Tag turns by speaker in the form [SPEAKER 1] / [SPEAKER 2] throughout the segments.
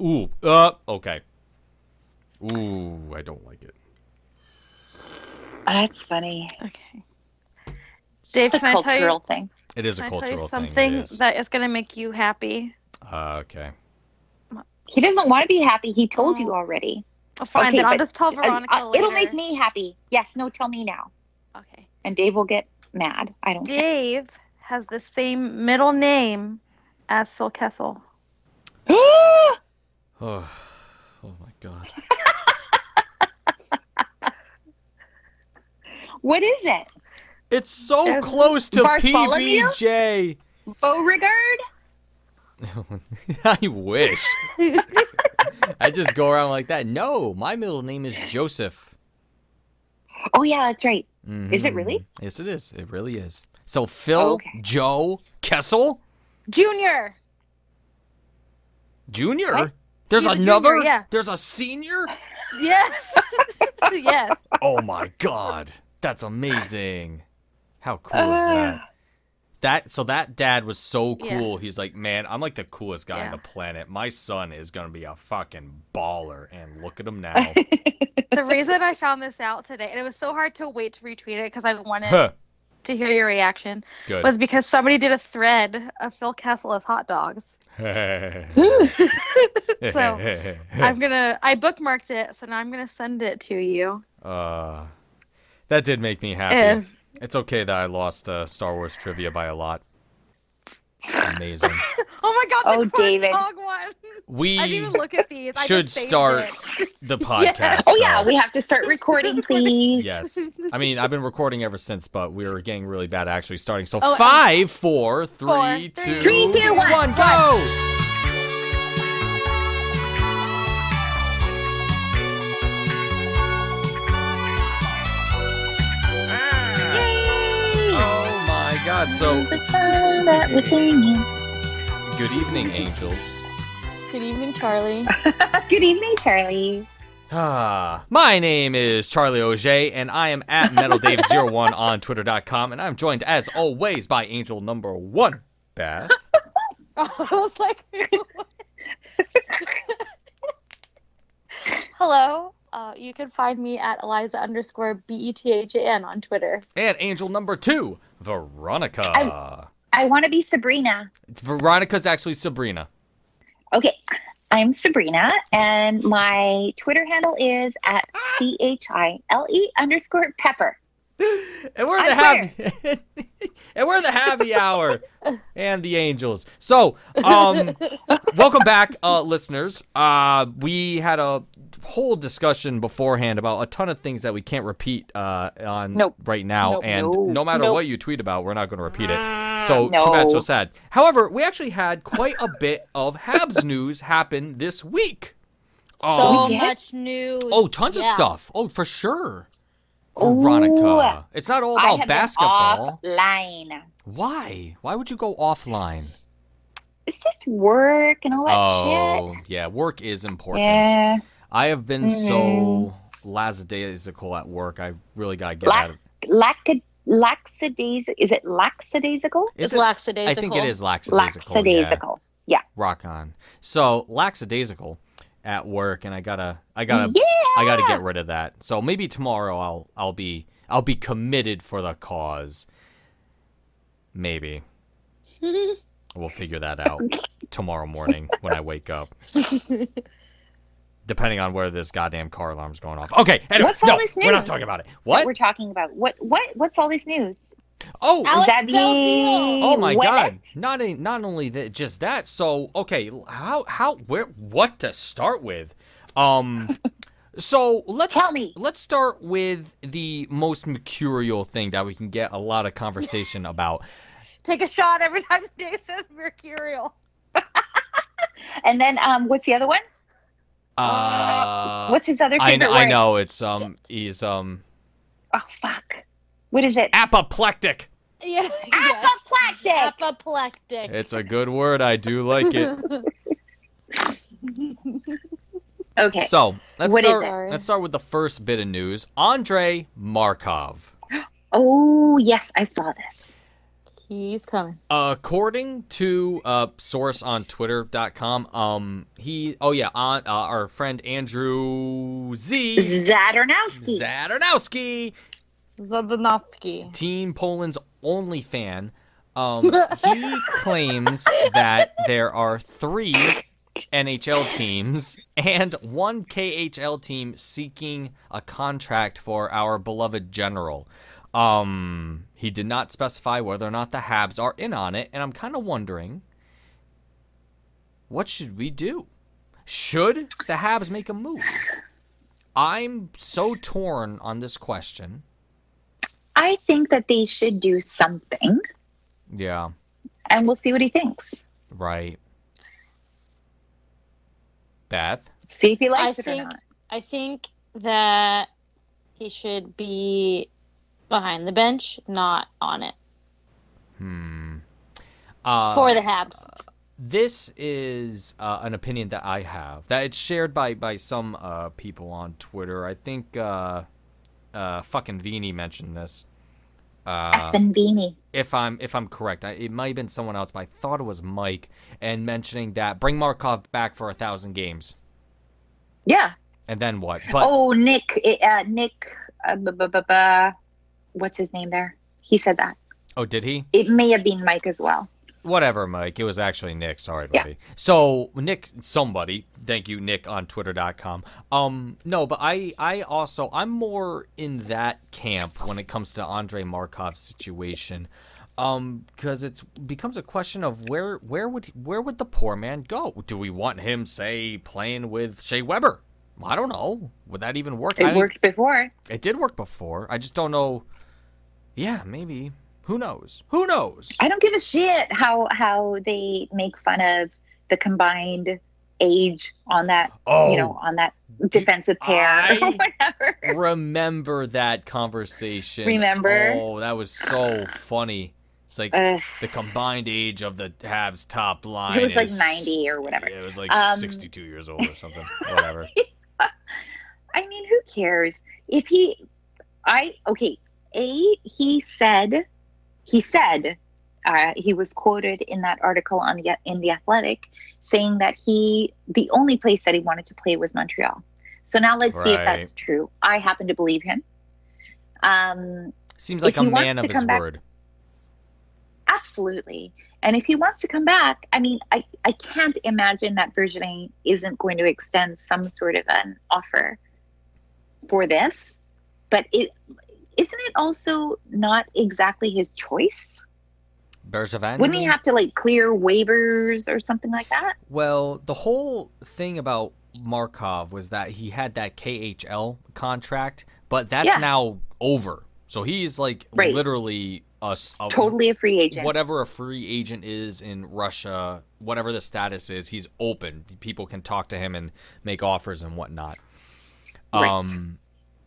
[SPEAKER 1] Ooh. Uh. Okay. Ooh. I don't like it.
[SPEAKER 2] That's funny.
[SPEAKER 3] Okay. Dave,
[SPEAKER 2] It's a
[SPEAKER 3] can I tell you-
[SPEAKER 2] cultural thing.
[SPEAKER 1] It is a
[SPEAKER 3] Can I tell you
[SPEAKER 1] cultural
[SPEAKER 3] something
[SPEAKER 1] thing. It is.
[SPEAKER 3] that is going to make you happy.
[SPEAKER 1] Uh, okay.
[SPEAKER 2] He doesn't want to be happy. He told you
[SPEAKER 3] Oh.
[SPEAKER 2] already.
[SPEAKER 3] Oh, fine,
[SPEAKER 2] Okay,
[SPEAKER 3] then I'll
[SPEAKER 2] but-
[SPEAKER 3] just tell
[SPEAKER 2] Uh,
[SPEAKER 3] Veronica
[SPEAKER 2] uh, it'll
[SPEAKER 3] later.
[SPEAKER 2] make me happy. Yes. No. Tell me now.
[SPEAKER 3] Okay.
[SPEAKER 2] And Dave will get mad. I don't. care.
[SPEAKER 3] Dave has the same middle name as Phil Kessel.
[SPEAKER 1] Oh, oh my god.
[SPEAKER 2] what is it?
[SPEAKER 1] It's so
[SPEAKER 3] Yes.
[SPEAKER 1] close to
[SPEAKER 2] Bartholomew?
[SPEAKER 1] PBJ.
[SPEAKER 2] Beauregard.
[SPEAKER 1] I wish. I just go around like that. No, my middle name is Joseph.
[SPEAKER 2] Oh yeah, that's right. Is it
[SPEAKER 1] Mhm.
[SPEAKER 2] really?
[SPEAKER 1] Yes, it is. It really is. So Phil,
[SPEAKER 2] Okay.
[SPEAKER 1] Joe, Kessel,
[SPEAKER 3] Junior.
[SPEAKER 1] Junior.
[SPEAKER 2] What?
[SPEAKER 1] There's
[SPEAKER 3] He's a
[SPEAKER 1] another.
[SPEAKER 3] junior, yeah.
[SPEAKER 1] There's a senior.
[SPEAKER 3] Yes. yes.
[SPEAKER 1] Oh my god. That's amazing. How cool is that? That so that dad was so
[SPEAKER 3] Uh. Yeah.
[SPEAKER 1] cool. He's like, "Man, I'm like the coolest guy on
[SPEAKER 3] Yeah.
[SPEAKER 1] the planet. My son is going to be a fucking baller." And look at him now.
[SPEAKER 3] The reason I found this out today, and it was so hard to wait to retweet it because I wanted
[SPEAKER 1] Huh.
[SPEAKER 3] to hear your reaction,
[SPEAKER 1] Good.
[SPEAKER 3] was because somebody did a thread of Phil Kessel as hot dogs. so I'm gonna I bookmarked it, so now I'm gonna send it to you.
[SPEAKER 1] uh, that did make me happy.
[SPEAKER 3] Eh.
[SPEAKER 1] It's okay that I lost uh, Star Wars trivia by a lot. Amazing.
[SPEAKER 3] Oh my god, the
[SPEAKER 2] Oh,
[SPEAKER 3] corn
[SPEAKER 2] David.
[SPEAKER 3] dog one.
[SPEAKER 1] We
[SPEAKER 3] I didn't even look at these. I
[SPEAKER 1] should
[SPEAKER 3] just saved
[SPEAKER 1] start
[SPEAKER 3] it.
[SPEAKER 1] the podcast. uh,
[SPEAKER 3] Yes.
[SPEAKER 2] oh yeah,
[SPEAKER 1] though.
[SPEAKER 2] we have to start recording, please.
[SPEAKER 1] Yes. I mean, I've been recording ever since, but we were getting really bad at actually starting. So
[SPEAKER 3] Oh, and-
[SPEAKER 1] five, four,
[SPEAKER 3] Four,
[SPEAKER 1] three, two,
[SPEAKER 3] three,
[SPEAKER 1] one,
[SPEAKER 2] Three, two, one,
[SPEAKER 1] go! Ah. Oh my god. So,
[SPEAKER 2] The song that we're singing.
[SPEAKER 1] good evening, angels.
[SPEAKER 3] Good evening, Charlie.
[SPEAKER 2] Good evening, Charlie.
[SPEAKER 1] Ah, my name is Charlie Auger, and I am at MetalDave01 on Twitter.com, and I'm joined, as always, by Angel Number One, Beth.
[SPEAKER 3] I was like, hello. Uh, you can find me at Eliza underscore B E T H A N on Twitter.
[SPEAKER 1] And Angel Number Two, Veronica.
[SPEAKER 2] I want to be Sabrina.
[SPEAKER 1] It's- Veronica's actually Sabrina.
[SPEAKER 2] Okay, I'm Sabrina, and my Twitter handle is at
[SPEAKER 1] Ah.
[SPEAKER 2] c h i l e underscore Pepper.
[SPEAKER 1] And we're
[SPEAKER 2] I
[SPEAKER 1] the happy And we're the happy hour and the angels. So, um welcome back uh listeners. Uh we had a whole discussion beforehand about a ton of things that we can't repeat uh on
[SPEAKER 2] Nope.
[SPEAKER 1] right now
[SPEAKER 2] Nope.
[SPEAKER 1] and
[SPEAKER 2] No.
[SPEAKER 1] no matter
[SPEAKER 2] Nope.
[SPEAKER 1] what you tweet about, we're not going to repeat it. So,
[SPEAKER 2] No.
[SPEAKER 1] too bad so sad. However, we actually had quite a bit of Habs news happen this week.
[SPEAKER 3] So
[SPEAKER 1] Um,
[SPEAKER 2] did?
[SPEAKER 3] much news.
[SPEAKER 1] Oh, tons of
[SPEAKER 3] Yeah.
[SPEAKER 1] stuff. Oh, for sure.
[SPEAKER 2] Ooh.
[SPEAKER 1] Veronica. It's not all
[SPEAKER 2] I
[SPEAKER 1] about
[SPEAKER 2] have
[SPEAKER 1] basketball.
[SPEAKER 2] been offline.
[SPEAKER 1] Why? Why would you go offline?
[SPEAKER 2] It's just work and all that
[SPEAKER 1] oh, yeah. Work is
[SPEAKER 2] shit.
[SPEAKER 1] important.
[SPEAKER 2] Yeah, Mm-hmm.
[SPEAKER 1] I have been so lackadaisical at work. I really got to get
[SPEAKER 2] Lack-
[SPEAKER 1] out of
[SPEAKER 2] Lactid- lackadaisical. Is it lackadaisical?
[SPEAKER 1] Is
[SPEAKER 3] it's
[SPEAKER 1] it-
[SPEAKER 3] lackadaisical.
[SPEAKER 1] I think it is lackadaisical. Yeah.
[SPEAKER 2] Lackadaisical.
[SPEAKER 1] Rock on. So, lackadaisical at work and I got to I got to
[SPEAKER 2] yeah.
[SPEAKER 1] I got to
[SPEAKER 2] Ah.
[SPEAKER 1] get rid of that. So, maybe tomorrow I'll I'll be I'll be committed for the cause. Maybe. We'll figure that out tomorrow morning when I wake up. Depending on where this goddamn car alarm's going off. Okay, anyway,
[SPEAKER 2] What's all
[SPEAKER 1] no,
[SPEAKER 2] this
[SPEAKER 1] we're not
[SPEAKER 2] news?
[SPEAKER 1] talking about it.
[SPEAKER 2] What
[SPEAKER 1] What?
[SPEAKER 2] we're talking about? What? What? What's all this news?
[SPEAKER 1] Oh,
[SPEAKER 3] Alex
[SPEAKER 2] Xavier
[SPEAKER 3] Belfield.
[SPEAKER 1] oh my
[SPEAKER 2] Wet?
[SPEAKER 1] god! Not a, not only that, just that. So okay, how how where what to start with? Um, so let's
[SPEAKER 2] Tell me.
[SPEAKER 1] let's start with the most mercurial thing that we can get a lot of conversation about.
[SPEAKER 3] Take a shot every time Dave says mercurial.
[SPEAKER 2] And then, um, what's the other one?
[SPEAKER 1] Uh,
[SPEAKER 2] what's his other
[SPEAKER 1] I,
[SPEAKER 2] favorite
[SPEAKER 1] kn-
[SPEAKER 2] word?
[SPEAKER 1] I know it's um he's um
[SPEAKER 2] Oh fuck! What is it?
[SPEAKER 1] apoplectic.
[SPEAKER 3] Yeah. yes.
[SPEAKER 2] Apoplectic.
[SPEAKER 3] Apoplectic.
[SPEAKER 1] It's a good word. I do like it.
[SPEAKER 2] Okay.
[SPEAKER 1] So let's
[SPEAKER 2] What is
[SPEAKER 1] start.
[SPEAKER 3] it?
[SPEAKER 1] Let's start with the first bit of news. Andre Markov.
[SPEAKER 2] Oh yes, I saw this.
[SPEAKER 3] He's coming.
[SPEAKER 1] According to uh, source on Twitter.com, um, he oh yeah, on uh, our friend Andrew Z
[SPEAKER 3] Mm-hmm.
[SPEAKER 2] Zadernowski.
[SPEAKER 1] Zadernowski,
[SPEAKER 3] Zadonofsky.
[SPEAKER 1] Team Poland's only fan, um, he claims that there are three NHL teams and one KHL team seeking a contract for our beloved general. Um, he did not specify whether or not the Habs are in on it, and I'm kind of wondering what should we do? Should the Habs make a move? I'm so torn on this question.
[SPEAKER 2] I think that they should do something,
[SPEAKER 1] Yeah,
[SPEAKER 2] and we'll see what he thinks.
[SPEAKER 1] right. Beth?
[SPEAKER 2] See if he likes it
[SPEAKER 3] I
[SPEAKER 2] or
[SPEAKER 3] think-
[SPEAKER 2] not.
[SPEAKER 3] I think that he should be behind the bench, not on it.
[SPEAKER 1] Hmm. Uh,
[SPEAKER 3] For the Habs.
[SPEAKER 1] this is uh, an opinion that I have that it's shared by by some uh, people on Twitter. I think uh, uh, fucking Vini mentioned this. Uh,
[SPEAKER 2] Effin Beanie.
[SPEAKER 1] if I'm if I'm correct, I, it might have been someone else, but I thought it was Mike and mentioning that bring Markov back for a thousand games
[SPEAKER 2] Yeah.
[SPEAKER 1] and then what? But
[SPEAKER 2] oh, Nick. Uh, Nick. Uh, bu- bu- bu- bu- what's his name there? He said that.
[SPEAKER 1] oh, did he?
[SPEAKER 2] It may have been Mike as well.
[SPEAKER 1] Whatever, Mike. It was actually Nick. Sorry,
[SPEAKER 2] Yeah.
[SPEAKER 1] buddy. So Nick, somebody. Thank you, Nick, on Twitter.com. Um, no, but I, I also, I'm more in that camp when it comes to Andre Markov's situation, um, because it's becomes a question of where, where would, where would the poor man go? Do we want him, say, playing with Shea Weber? I don't know. Would that even work?
[SPEAKER 2] It
[SPEAKER 1] I-
[SPEAKER 2] worked before.
[SPEAKER 1] It did work before. I just don't know. Yeah, maybe. Who knows? Who knows?
[SPEAKER 2] I don't give a shit how how they make fun of the combined age on that
[SPEAKER 1] Oh.
[SPEAKER 2] you know on that defensive pair or
[SPEAKER 1] I-
[SPEAKER 2] whatever.
[SPEAKER 1] remember that conversation.
[SPEAKER 2] Remember?
[SPEAKER 1] Oh, that was so funny. It's like
[SPEAKER 2] Ugh.
[SPEAKER 1] the combined age of the Habs top line.
[SPEAKER 2] It was like
[SPEAKER 1] is-
[SPEAKER 2] 90 or whatever.
[SPEAKER 1] It was like
[SPEAKER 2] Um,
[SPEAKER 1] 62 years old or something. Whatever.
[SPEAKER 2] I mean, who cares if he? I okay. A he said, he said, uh, he was quoted in that article on the in the Athletic saying that he the only place that he wanted to play was Montreal. So now let's see if
[SPEAKER 1] Right.
[SPEAKER 2] that's true. I happen to believe him. Um,
[SPEAKER 1] Seems
[SPEAKER 2] if
[SPEAKER 1] like a
[SPEAKER 2] he wants
[SPEAKER 1] man
[SPEAKER 2] to
[SPEAKER 1] of his
[SPEAKER 2] come back-
[SPEAKER 1] word.
[SPEAKER 2] absolutely. And if he wants to come back, I mean, I, I can't imagine that Bergevin isn't going to extend some sort of an offer for this. But it isn't it also not exactly his choice?
[SPEAKER 1] Bergevin. you
[SPEAKER 2] Wouldn't he
[SPEAKER 1] mean?
[SPEAKER 2] have to like clear waivers or something like that?
[SPEAKER 1] Well, the whole thing about Markov was that he had that KHL contract, but that's
[SPEAKER 2] Yeah.
[SPEAKER 1] now over. So he's like
[SPEAKER 2] Right.
[SPEAKER 1] literally us a,
[SPEAKER 2] Totally a free agent.
[SPEAKER 1] whatever a free agent is in Russia, whatever the status is, he's open. People can talk to him and make offers and whatnot.
[SPEAKER 2] Right.
[SPEAKER 1] Um,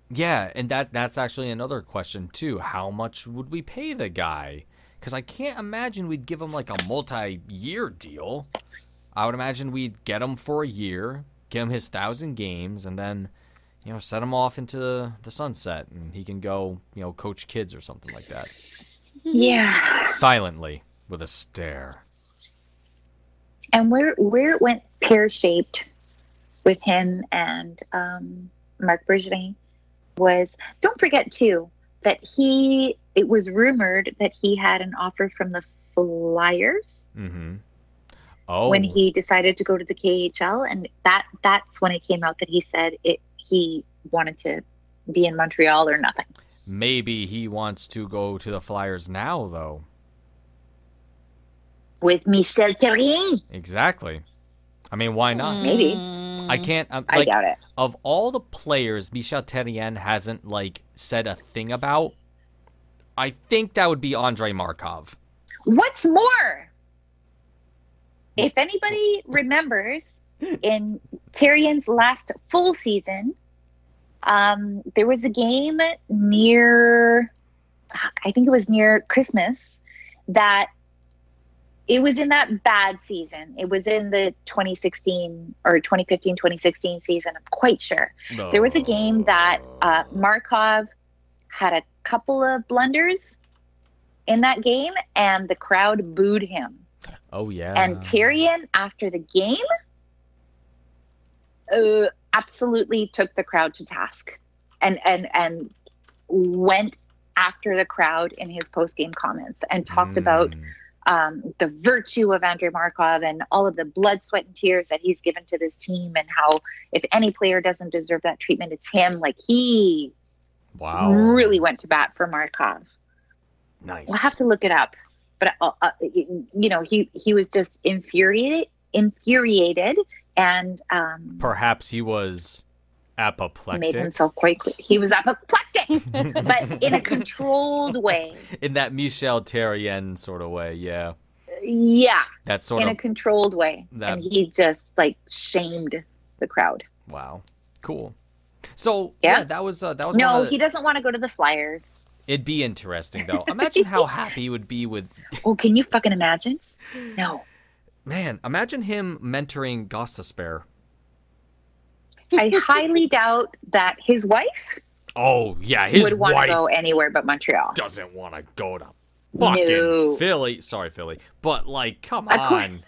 [SPEAKER 1] yeah, and that that's actually another question too. How much would we pay the guy? Because I can't imagine we'd give him like a multi-year deal. I would imagine we'd get him for a year, give him his thousand games, and then. You know, set him off into the, the sunset, and he can go, you know, coach kids or something like that
[SPEAKER 2] yeah.
[SPEAKER 1] silently with a stare.
[SPEAKER 2] and where where it went pear shaped with him and um, Mark Bergevin was don't forget too that he it was rumored that he had an offer from the Flyers
[SPEAKER 1] Mm-hmm. Oh,
[SPEAKER 2] when he decided to go to the KHL, and that that's when it came out that he said it he wanted to be in Montreal or nothing.
[SPEAKER 1] maybe he wants to go to the Flyers now, though.
[SPEAKER 2] With Michel Terrien,
[SPEAKER 1] Exactly. I mean, why
[SPEAKER 3] Mm.
[SPEAKER 1] not?
[SPEAKER 2] Maybe.
[SPEAKER 1] I can't. I'm,
[SPEAKER 2] Mm. I
[SPEAKER 1] like,
[SPEAKER 2] doubt it.
[SPEAKER 1] of all the players, Michel Terrien hasn't like said a thing about. I think that would be Andre Markov.
[SPEAKER 2] What's more, if anybody remembers, in Tyrion's last full season, um, there was a game near, fuck, I think it was near Christmas, that it was in that bad season. It was in the 2016 or 2015 2016 season, I'm quite sure. There was a uh, game that uh, Markov had a couple of blunders in that game, and the crowd booed him.
[SPEAKER 1] Oh yeah.
[SPEAKER 2] And Tyrion, after the game, uh, absolutely took the crowd to task, and and and went after the crowd in his post game comments and talked about
[SPEAKER 1] Mm.
[SPEAKER 2] um, the virtue of Andrei Markov and all of the blood, sweat, and tears that he's given to this team, and how if any player doesn't deserve that treatment, it's him. Like he
[SPEAKER 1] Wow.
[SPEAKER 2] really went to bat for Markov.
[SPEAKER 1] nice.
[SPEAKER 2] We'll have to look it up, but uh, uh, you know he he was just infuriated, infuriated, and um,
[SPEAKER 1] Perhaps he was
[SPEAKER 2] made
[SPEAKER 1] apoplectic
[SPEAKER 2] himself quite clear. He was apoplectic, but in a controlled way.
[SPEAKER 1] in that Michel Terrien sort of way. Yeah,
[SPEAKER 2] Yeah,
[SPEAKER 1] that sort
[SPEAKER 2] in
[SPEAKER 1] of
[SPEAKER 2] a controlled way,
[SPEAKER 1] That-
[SPEAKER 2] and he just like shamed the crowd.
[SPEAKER 1] wow, cool. So yeah,
[SPEAKER 2] Yeah.
[SPEAKER 1] that was uh, that was one
[SPEAKER 2] No,
[SPEAKER 1] of the-
[SPEAKER 2] he doesn't want to go to the Flyers.
[SPEAKER 1] It'd be interesting though. Imagine how happy he would be with
[SPEAKER 2] Oh, can you fucking imagine? No,
[SPEAKER 1] man. Imagine him mentoring Gossespierre.
[SPEAKER 2] I highly doubt that his wife
[SPEAKER 1] Oh yeah, his
[SPEAKER 2] would want to
[SPEAKER 1] wife
[SPEAKER 2] go anywhere but Montreal.
[SPEAKER 1] doesn't want to go to fucking
[SPEAKER 2] No.
[SPEAKER 1] Philly. Sorry, Philly, but like, come
[SPEAKER 2] Of course.
[SPEAKER 1] on,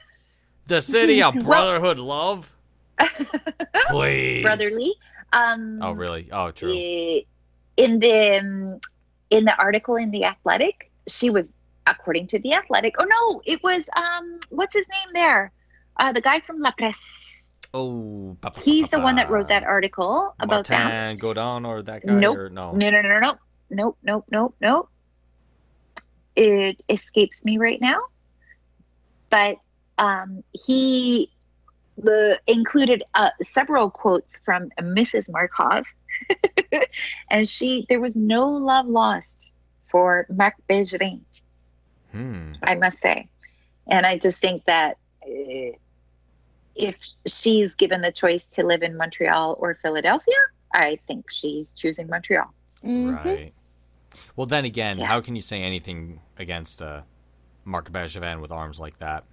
[SPEAKER 1] the city of
[SPEAKER 2] Well-
[SPEAKER 1] brotherhood, love. Please,
[SPEAKER 2] Brotherly. Um,
[SPEAKER 1] Oh really? Oh true.
[SPEAKER 2] eh, In the um, in the article in the Athletic, she was according to the Athletic. Oh no, it was um, what's his name there? Uh, the guy from La Presse.
[SPEAKER 1] Oh, ba- ba-
[SPEAKER 2] He's
[SPEAKER 1] ba-
[SPEAKER 2] the one that wrote
[SPEAKER 1] ba.
[SPEAKER 2] that article about that.
[SPEAKER 1] Uh, Martin Godin or that guy?
[SPEAKER 2] Nope.
[SPEAKER 1] Or, no.
[SPEAKER 2] No, no, no, no, no, nope, nope, nope, nope. It escapes me right now, but um, he the, included uh, several quotes from Mrs. Markov, and she there was no love lost for Marc Bergerin,
[SPEAKER 1] Hmm.
[SPEAKER 2] I must say, and I just think that. Uh, if she's given the choice to live in Montreal or Philadelphia, I think she's choosing Montreal.
[SPEAKER 3] Mhm.
[SPEAKER 1] Right. Well, then again,
[SPEAKER 2] Mm-hmm. Yeah.
[SPEAKER 1] how can you say anything against uh, Mark Bergevin with arms like that?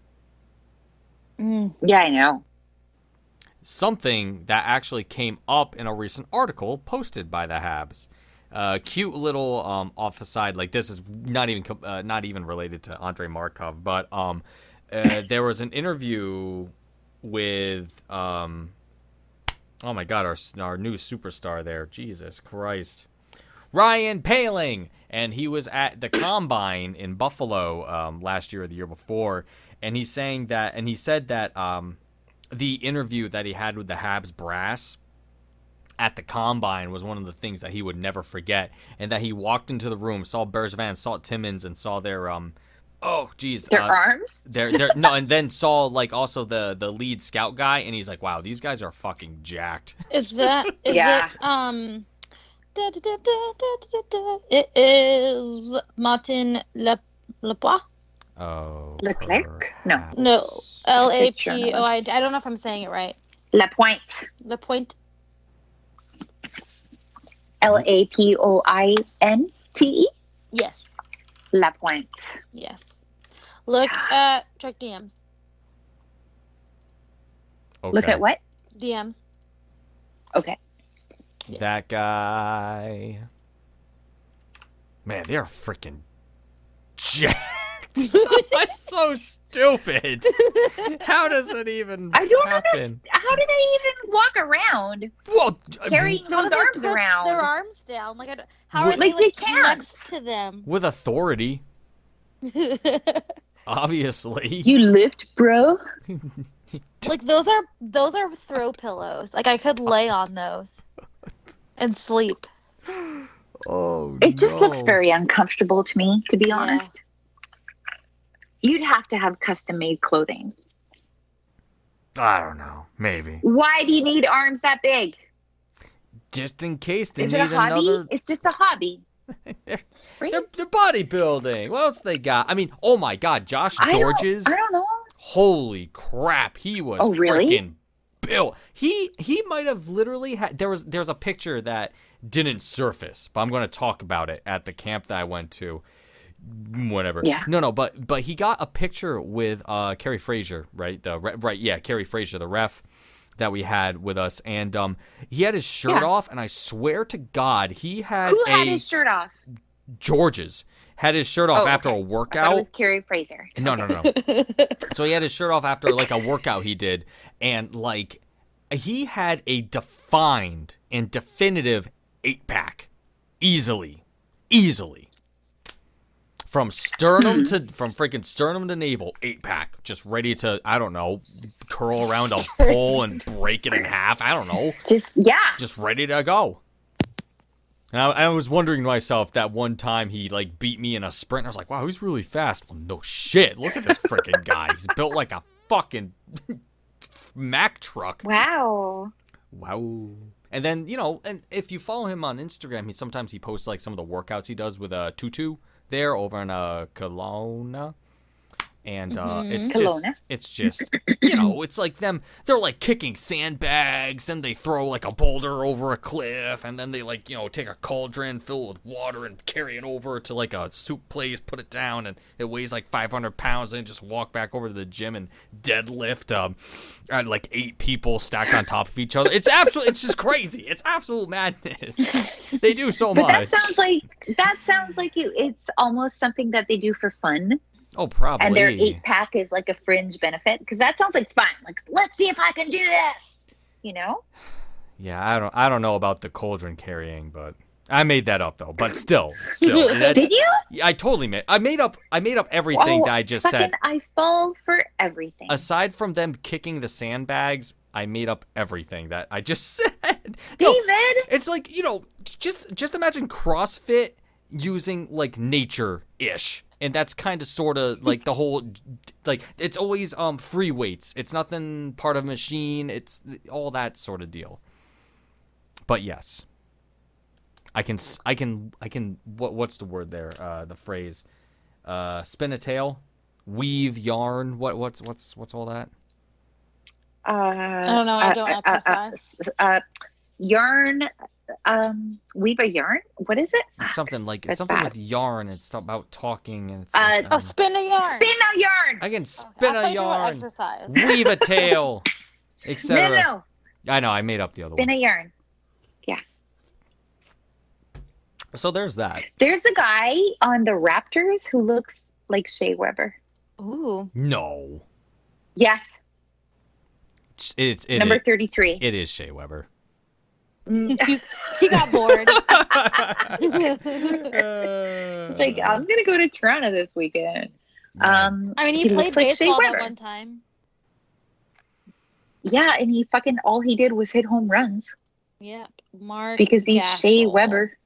[SPEAKER 3] Mm.
[SPEAKER 2] Yeah, I know.
[SPEAKER 1] Something that actually came up in a recent article posted by the Habs. Uh, cute little um, off the side like this is not even com- uh, not even related to Andre Markov, but um, uh, there was an interview with um, oh my god, our s- our new superstar there, Jesus Christ. Ryan Paling, and he was at the combine in Buffalo um, last year or the year before, and he's saying that, and he said that um, the interview that he had with the Habs brass at the combine was one of the things that he would never forget, and that he walked into the room, saw Bergevin, saw Timmins, and saw their um, oh geez,
[SPEAKER 2] Their
[SPEAKER 1] uh,
[SPEAKER 2] arms?
[SPEAKER 1] they're, they're no, and then saw like also the the lead scout guy, and he's like, wow, these guys are fucking jacked.
[SPEAKER 3] Is that is
[SPEAKER 2] Yeah.
[SPEAKER 3] it um da, da, da, da, da, da, da. it is Martin Le Lepois?
[SPEAKER 1] Oh,
[SPEAKER 2] Leclerc? No. uh,
[SPEAKER 3] No.
[SPEAKER 1] perhaps.
[SPEAKER 3] L
[SPEAKER 2] a
[SPEAKER 3] A P O I
[SPEAKER 2] journalist.
[SPEAKER 3] I don't know if I'm saying it right.
[SPEAKER 2] La Pointe.
[SPEAKER 3] The point
[SPEAKER 2] L A P O I N T E.
[SPEAKER 3] yes.
[SPEAKER 2] La Pointe.
[SPEAKER 3] Yes. Look at check DMs.
[SPEAKER 1] Okay.
[SPEAKER 2] Look at what?
[SPEAKER 3] DMs.
[SPEAKER 2] Okay.
[SPEAKER 1] That guy. Man, they're freaking jacked. That's so stupid. How does it even
[SPEAKER 2] I don't
[SPEAKER 1] happen?
[SPEAKER 2] understand. How do they even walk around
[SPEAKER 1] Well,
[SPEAKER 2] carrying
[SPEAKER 3] How do
[SPEAKER 2] those
[SPEAKER 3] they
[SPEAKER 2] arms
[SPEAKER 3] put
[SPEAKER 2] around?
[SPEAKER 3] Their arms down. Like I don't, how
[SPEAKER 1] Wh-
[SPEAKER 3] are they
[SPEAKER 2] Like, they
[SPEAKER 3] like,
[SPEAKER 2] can't.
[SPEAKER 3] next to them?
[SPEAKER 1] with authority, obviously.
[SPEAKER 2] You lift, bro?
[SPEAKER 3] like those are those are throw pillows. Like I could lay on those and sleep.
[SPEAKER 1] Oh,
[SPEAKER 2] It just looks
[SPEAKER 1] no.
[SPEAKER 2] very uncomfortable to me, to be
[SPEAKER 3] Yeah.
[SPEAKER 2] honest. You'd have to have custom made clothing.
[SPEAKER 1] I don't know. Maybe
[SPEAKER 2] Why do you need arms that big?
[SPEAKER 1] just in case they
[SPEAKER 2] Is
[SPEAKER 1] need
[SPEAKER 2] it a hobby?
[SPEAKER 1] another.
[SPEAKER 2] It's just a hobby.
[SPEAKER 1] They're, they're bodybuilding. What else they got? I mean, oh my God, Josh
[SPEAKER 2] I don't-
[SPEAKER 1] Georges.
[SPEAKER 2] I don't know.
[SPEAKER 1] Holy crap, he was
[SPEAKER 2] Oh, really?
[SPEAKER 1] freaking built. He he might have literally had there was there's a picture that didn't surface, but I'm going to talk about it at the camp that I went to. Whatever.
[SPEAKER 2] Yeah.
[SPEAKER 1] No, no, but but he got a picture with uh Carrie Frazier, right? The re- right, yeah, Carrie Frazier, the ref that we had with us, and um he had his shirt
[SPEAKER 2] Yeah.
[SPEAKER 1] off, and I swear to God, he had
[SPEAKER 2] Who
[SPEAKER 1] a
[SPEAKER 2] had his shirt off?
[SPEAKER 1] George's, had his shirt off
[SPEAKER 2] Oh,
[SPEAKER 1] after
[SPEAKER 2] okay.
[SPEAKER 1] a
[SPEAKER 2] I thought it
[SPEAKER 1] workout.
[SPEAKER 2] was Carrie Fraser.
[SPEAKER 1] No, no, no, no. So he had his shirt off after like a workout he did, and like he had a defined and definitive eight pack, easily, easily. From sternum to from freaking sternum to navel, eight pack, just ready to I don't know, curl around a pole and break it in half. I don't know
[SPEAKER 2] Just yeah.
[SPEAKER 1] just ready to go. And I, I was wondering to myself that one time he like beat me in a sprint. I was like, wow, he's really fast. Well, no shit. Look at this freaking guy. He's built like a fucking Mack truck.
[SPEAKER 2] Wow.
[SPEAKER 1] Wow. And then you know, and if you follow him on Instagram, he sometimes he posts like some of the workouts he does with a tutu there over in uh, Kelowna. And uh, it's just,
[SPEAKER 2] Kelowna.
[SPEAKER 1] it's just, you know, it's like them. They're like kicking sandbags, then they throw like a boulder over a cliff, and then they like you know take a cauldron, fill it with water, and carry it over to like a soup place, put it down, and it weighs like 500 pounds, and just walk back over to the gym and deadlift um, uh, like eight people stacked on top of each other. It's absolute. It's just crazy. It's absolute madness. They do so
[SPEAKER 2] But
[SPEAKER 1] much.
[SPEAKER 2] that sounds like that sounds like it, it's almost something that they do for fun,
[SPEAKER 1] oh, probably.
[SPEAKER 2] and their eight pack is like a fringe benefit because that sounds like fun. Like, let's see if I can do this. You know?
[SPEAKER 1] Yeah, I don't I don't know about the cauldron carrying, but I made that up though. But still, still, that's-
[SPEAKER 2] Did you?
[SPEAKER 1] I totally made I made up I made up everything
[SPEAKER 2] Oh,
[SPEAKER 1] that I just
[SPEAKER 2] Fucking,
[SPEAKER 1] said.
[SPEAKER 2] I fall for everything.
[SPEAKER 1] Aside from them kicking the sandbags, I made up everything that I just said. No,
[SPEAKER 2] David,
[SPEAKER 1] it's like you know, just just imagine CrossFit using like nature ish, and that's kind of sort of like the whole, like it's always um free weights. It's nothing part of machine. It's all that sort of deal. But yes, I can s- I can I can what what's the word there? Uh, the phrase, uh, spin a tail, weave yarn. What what's what's what's all that?
[SPEAKER 2] uh, I
[SPEAKER 3] don't know, I don't exercise.
[SPEAKER 2] Uh, uh, yarn, um, weave a yarn. What is it?
[SPEAKER 1] It's something like
[SPEAKER 2] That's
[SPEAKER 1] something
[SPEAKER 2] bad.
[SPEAKER 1] with yarn. It's about talking and it's.
[SPEAKER 2] Uh,
[SPEAKER 1] like,
[SPEAKER 3] oh,
[SPEAKER 1] um,
[SPEAKER 3] spin a yarn.
[SPEAKER 2] Spin a yarn.
[SPEAKER 1] I can spin
[SPEAKER 3] I
[SPEAKER 1] a
[SPEAKER 3] thought you were
[SPEAKER 1] yarn,
[SPEAKER 3] Exercise.
[SPEAKER 1] weave a tail,
[SPEAKER 2] No, no,
[SPEAKER 1] etc.
[SPEAKER 2] no.
[SPEAKER 1] I know I made up the other
[SPEAKER 2] Spin
[SPEAKER 1] one.
[SPEAKER 2] a yarn.
[SPEAKER 1] So there's that.
[SPEAKER 2] There's a guy on the Raptors who looks like Shea Weber.
[SPEAKER 3] Ooh.
[SPEAKER 1] No,
[SPEAKER 2] Yes,
[SPEAKER 1] it's it's it,
[SPEAKER 2] number
[SPEAKER 1] is-
[SPEAKER 2] thirty-three.
[SPEAKER 1] it is Shea Weber.
[SPEAKER 2] Mm,
[SPEAKER 3] He got bored.
[SPEAKER 2] it's like
[SPEAKER 1] Uh.
[SPEAKER 2] um, I'm gonna go to Toronto this weekend. Um,
[SPEAKER 3] I mean, he,
[SPEAKER 2] looks
[SPEAKER 3] played
[SPEAKER 2] like Shea
[SPEAKER 3] baseball
[SPEAKER 2] Weber.
[SPEAKER 3] that one time.
[SPEAKER 2] Yeah, and he fucking all he did was hit home runs
[SPEAKER 3] Yep. Mark.
[SPEAKER 2] because he's Shea
[SPEAKER 3] Gasol.
[SPEAKER 2] Weber.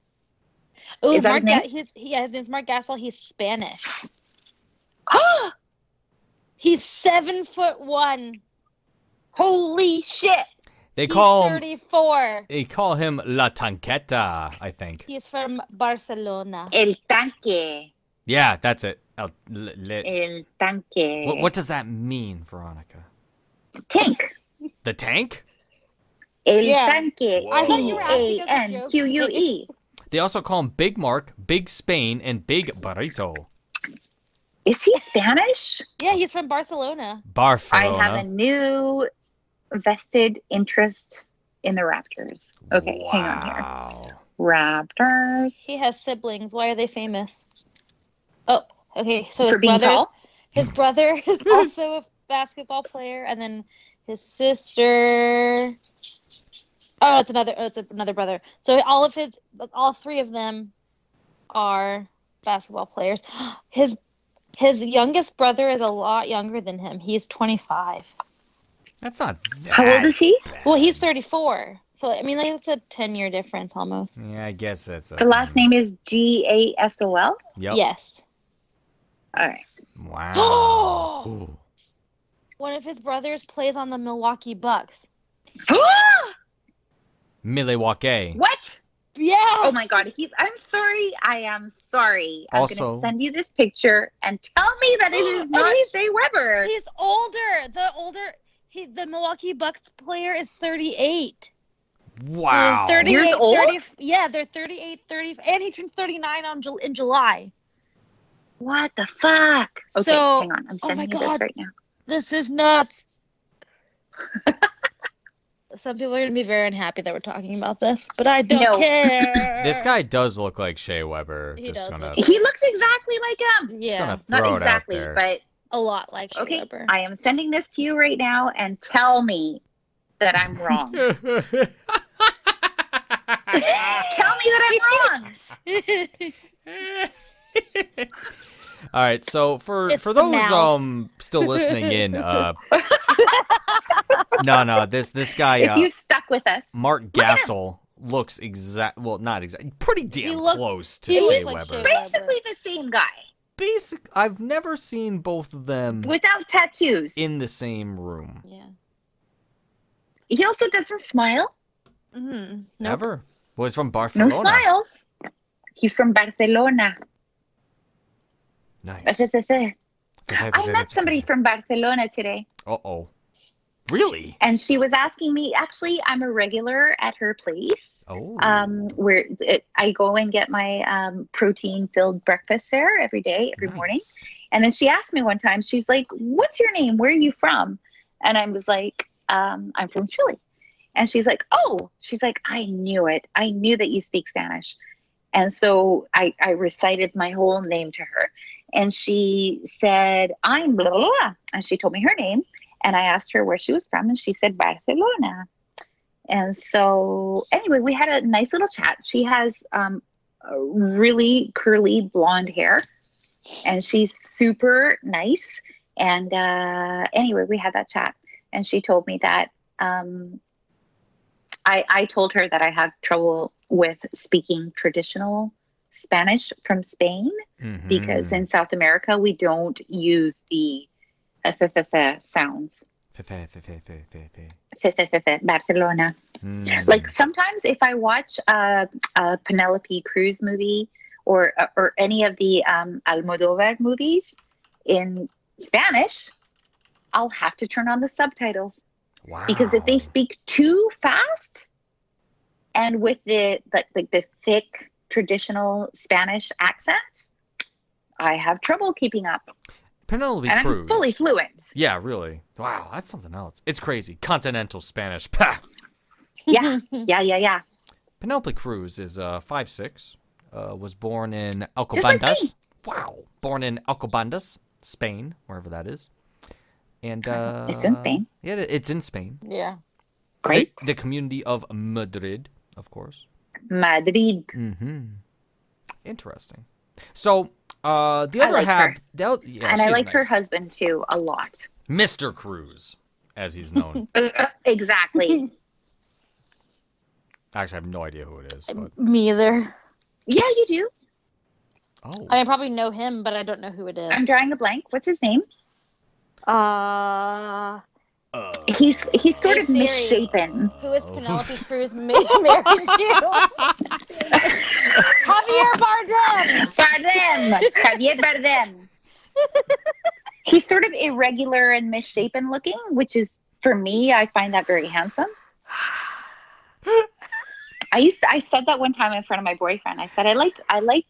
[SPEAKER 3] Ooh,
[SPEAKER 2] Is that
[SPEAKER 3] Mark
[SPEAKER 2] his name?
[SPEAKER 3] Ga- his, yeah, his name's Mark Gasol. He's Spanish.
[SPEAKER 2] Ah,
[SPEAKER 3] He's seven foot one.
[SPEAKER 2] holy shit!
[SPEAKER 1] they call
[SPEAKER 3] he's
[SPEAKER 1] him,
[SPEAKER 3] 34.
[SPEAKER 1] they call him La Tanqueta, I think.
[SPEAKER 3] He's from Barcelona.
[SPEAKER 2] El tanque,
[SPEAKER 1] Yeah, that's it. El- le- le-
[SPEAKER 2] el tanque.
[SPEAKER 1] what, what does that mean, Veronica?
[SPEAKER 2] Tank.
[SPEAKER 1] The tank?
[SPEAKER 2] El
[SPEAKER 3] Yeah.
[SPEAKER 2] tanque.
[SPEAKER 1] I thought you were
[SPEAKER 3] asking as a joke.
[SPEAKER 2] T A N Q U E.
[SPEAKER 1] They also call him Big Mark, Big Spain, and Big Barrito.
[SPEAKER 2] Is he Spanish?
[SPEAKER 3] Yeah, he's from Barcelona.
[SPEAKER 1] Barcelona.
[SPEAKER 2] I have a new vested interest in the Raptors. Okay, hang on here.
[SPEAKER 1] Wow.
[SPEAKER 2] Raptors.
[SPEAKER 3] He has siblings. Why are they famous? Oh, okay. So
[SPEAKER 2] For
[SPEAKER 3] his
[SPEAKER 2] being
[SPEAKER 3] brother's-
[SPEAKER 2] tall?
[SPEAKER 3] his brother is also a basketball player, and then his sister. Oh, it's another. Oh, it's another brother. So all of his, all three of them, are basketball players. His his youngest brother is a lot younger than him. He's twenty five.
[SPEAKER 1] That's not that.
[SPEAKER 2] How old is he?
[SPEAKER 1] bad.
[SPEAKER 3] Well, he's thirty four. So I mean, like, that's a ten year difference almost.
[SPEAKER 1] Yeah, I guess that's a,
[SPEAKER 2] The last name is G A S O L.
[SPEAKER 1] Yep.
[SPEAKER 3] Yes.
[SPEAKER 2] All right.
[SPEAKER 1] Wow. Ooh.
[SPEAKER 3] One of his brothers plays on the Milwaukee Bucks.
[SPEAKER 1] Milwaukee.
[SPEAKER 2] what?
[SPEAKER 3] Yeah.
[SPEAKER 2] Oh my god. He I'm sorry. I am sorry. I'm
[SPEAKER 1] Also-
[SPEAKER 2] gonna send you this picture and tell me that it is
[SPEAKER 3] And
[SPEAKER 2] not
[SPEAKER 3] he's-
[SPEAKER 2] Shea Weber.
[SPEAKER 3] He's older. The older he the Milwaukee Bucks player is 38.
[SPEAKER 1] Wow.
[SPEAKER 3] They're 38
[SPEAKER 2] Years old?
[SPEAKER 3] 30 yeah, they're 38, 30 and he turns 39 on Jul- in July.
[SPEAKER 2] What the fuck? Okay,
[SPEAKER 3] So-
[SPEAKER 2] hang on. I'm
[SPEAKER 3] oh my
[SPEAKER 2] sending you this
[SPEAKER 3] God.
[SPEAKER 2] right now.
[SPEAKER 3] This is nuts. Some people are gonna be very unhappy that we're talking about this, but I don't
[SPEAKER 2] No.
[SPEAKER 3] care.
[SPEAKER 1] This guy does look like Shea Weber.
[SPEAKER 3] He
[SPEAKER 1] just
[SPEAKER 3] does
[SPEAKER 1] gonna,
[SPEAKER 3] look-
[SPEAKER 1] just
[SPEAKER 2] He looks exactly like him.
[SPEAKER 3] yeah,
[SPEAKER 1] gonna throw
[SPEAKER 2] Not
[SPEAKER 1] it
[SPEAKER 2] exactly,
[SPEAKER 1] out there.
[SPEAKER 2] but
[SPEAKER 3] a lot like Shea
[SPEAKER 2] okay.
[SPEAKER 3] Weber.
[SPEAKER 2] I am sending this to you right now, and tell me that I'm wrong. tell me that I'm wrong.
[SPEAKER 1] All right, so for
[SPEAKER 3] It's
[SPEAKER 1] for
[SPEAKER 3] the
[SPEAKER 1] those
[SPEAKER 3] mouth.
[SPEAKER 1] um still listening in, uh, no, no, this this guy
[SPEAKER 2] If
[SPEAKER 1] uh,
[SPEAKER 2] you stuck with us,
[SPEAKER 1] Mark
[SPEAKER 2] Look at him.
[SPEAKER 1] Gassel looks exact. Well, not exact. Pretty damn
[SPEAKER 3] look-
[SPEAKER 1] close to
[SPEAKER 3] he
[SPEAKER 1] Shea
[SPEAKER 3] looks like
[SPEAKER 1] Weber.
[SPEAKER 3] Shea-
[SPEAKER 2] basically the same guy
[SPEAKER 1] Basic. I've never seen both of them
[SPEAKER 2] without tattoos.
[SPEAKER 1] in the same room
[SPEAKER 3] yeah.
[SPEAKER 2] He also doesn't smile.
[SPEAKER 3] Mm-hmm.
[SPEAKER 1] ever. Was from
[SPEAKER 2] No
[SPEAKER 1] Barcelona.
[SPEAKER 2] smiles. He's from Barcelona.
[SPEAKER 1] Nice.
[SPEAKER 2] I met somebody from Barcelona today,
[SPEAKER 1] Uh oh. Really?
[SPEAKER 2] and she was asking me. Actually, I'm a regular at her place.
[SPEAKER 1] Oh.
[SPEAKER 2] Um, where it, I go and get my um, protein-filled breakfast there every day, every morning.
[SPEAKER 1] nice.
[SPEAKER 2] And then she asked me one time, she's like, What's your name? Where are you from? And I was like, um, I'm from Chile. And she's like, Oh, she's like, I knew it. I knew that you speak Spanish. And so I, I recited my whole name to her. And she said, I'm blah, blah, blah. And she told me her name. And I asked her where she was from. And she said, Barcelona. And so, anyway, we had a nice little chat. She has um, a really curly blonde hair and she's super nice. And uh, anyway, we had that chat, and she told me that um, I, I told her that I have trouble with speaking traditional Spanish from Spain because in South America we don't use the uh, th- th- th- sounds.
[SPEAKER 1] Mm-hmm.
[SPEAKER 2] Th- th- th- th- Barcelona.
[SPEAKER 1] Mm.
[SPEAKER 2] Like sometimes if I watch uh, a Penelope Cruz movie or or any of the um, Almodovar movies in Spanish, I'll have to turn on the subtitles
[SPEAKER 1] wow.
[SPEAKER 2] because if
[SPEAKER 1] Ah.
[SPEAKER 2] they speak too fast and with the like like the thick traditional Spanish accent, I have trouble keeping up,
[SPEAKER 1] Penelope
[SPEAKER 2] and
[SPEAKER 1] Cruz.
[SPEAKER 2] I'm fully fluent.
[SPEAKER 1] yeah, really. Wow, that's something else. It's crazy. Continental Spanish. Pah!
[SPEAKER 2] Yeah. Yeah, yeah, yeah.
[SPEAKER 1] Penelope Cruz is uh five six. Uh, was born in
[SPEAKER 2] Just like
[SPEAKER 1] Alcobandas.
[SPEAKER 2] me.
[SPEAKER 1] wow. Born in Alcobandas, Spain, wherever that is. And uh,
[SPEAKER 2] It's in Spain.
[SPEAKER 1] Yeah, it- it's in Spain.
[SPEAKER 3] yeah.
[SPEAKER 2] Great,
[SPEAKER 1] The, the community of Madrid, of course.
[SPEAKER 2] Madrid.
[SPEAKER 1] Mm-hmm. Interesting. So uh, the
[SPEAKER 2] I
[SPEAKER 1] other
[SPEAKER 2] like
[SPEAKER 1] half,
[SPEAKER 2] her.
[SPEAKER 1] the oth- yeah,
[SPEAKER 2] and I
[SPEAKER 1] she's
[SPEAKER 2] like her
[SPEAKER 1] nice.
[SPEAKER 2] husband too a lot.
[SPEAKER 1] Mr. Cruz, as he's known.
[SPEAKER 2] exactly.
[SPEAKER 1] Actually, I have no idea who it is. But...
[SPEAKER 3] Me either.
[SPEAKER 2] yeah, you do.
[SPEAKER 1] Oh,
[SPEAKER 3] I mean, I probably know him, but I don't know who it is.
[SPEAKER 2] I'm drawing a blank. What's his name?
[SPEAKER 3] Uh,
[SPEAKER 1] uh,
[SPEAKER 2] He's he's sort
[SPEAKER 3] Hey,
[SPEAKER 2] of
[SPEAKER 3] Siri.
[SPEAKER 2] misshapen.
[SPEAKER 3] who is
[SPEAKER 1] Oh.
[SPEAKER 3] Penelope Cruz made American Jew? Javier Bardem.
[SPEAKER 2] Bardem, Javier Bardem. he's sort of irregular and misshapen looking, which is for me, I find that very handsome. I used to, I said that one time in front of my boyfriend. I said I like I like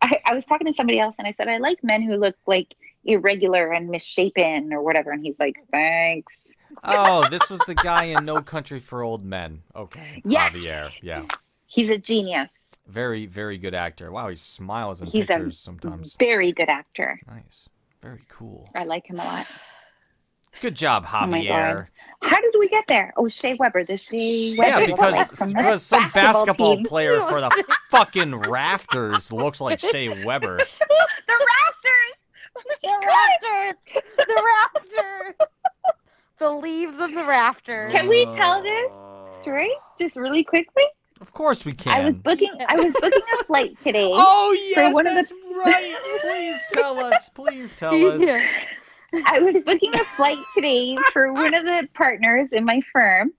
[SPEAKER 2] I, I was talking to somebody else and I said I like men who look like irregular and misshapen or whatever and he's like thanks
[SPEAKER 1] oh, this was the guy in No Country for Old Men. Okay,
[SPEAKER 2] Yes.
[SPEAKER 1] Javier. Yeah,
[SPEAKER 2] he's a genius
[SPEAKER 1] very, very good actor. Wow, he smiles in
[SPEAKER 2] He's a-
[SPEAKER 1] pictures sometimes.
[SPEAKER 2] very good actor
[SPEAKER 1] Nice, very cool.
[SPEAKER 2] I like him a lot
[SPEAKER 1] Good job,
[SPEAKER 2] Oh my
[SPEAKER 1] Javier.
[SPEAKER 2] How did we get there? Oh, Shea Weber, the Shea Weber.
[SPEAKER 1] yeah, because
[SPEAKER 2] from the
[SPEAKER 1] because some basketball
[SPEAKER 2] team.
[SPEAKER 1] player for the fucking rafters looks like Shea Weber.
[SPEAKER 2] the Oh Raptors.
[SPEAKER 3] The rafters. The rafters. The leaves of the rafters.
[SPEAKER 2] Can we tell this Story, just really quickly.
[SPEAKER 1] Of course we can.
[SPEAKER 2] I was booking. I was booking a flight today.
[SPEAKER 1] oh yes,
[SPEAKER 2] yes, one of the-
[SPEAKER 1] that's
[SPEAKER 2] that's
[SPEAKER 1] right. Please tell us. Please tell us.
[SPEAKER 3] Yeah.
[SPEAKER 2] I was booking a flight today for one of the partners in my firm,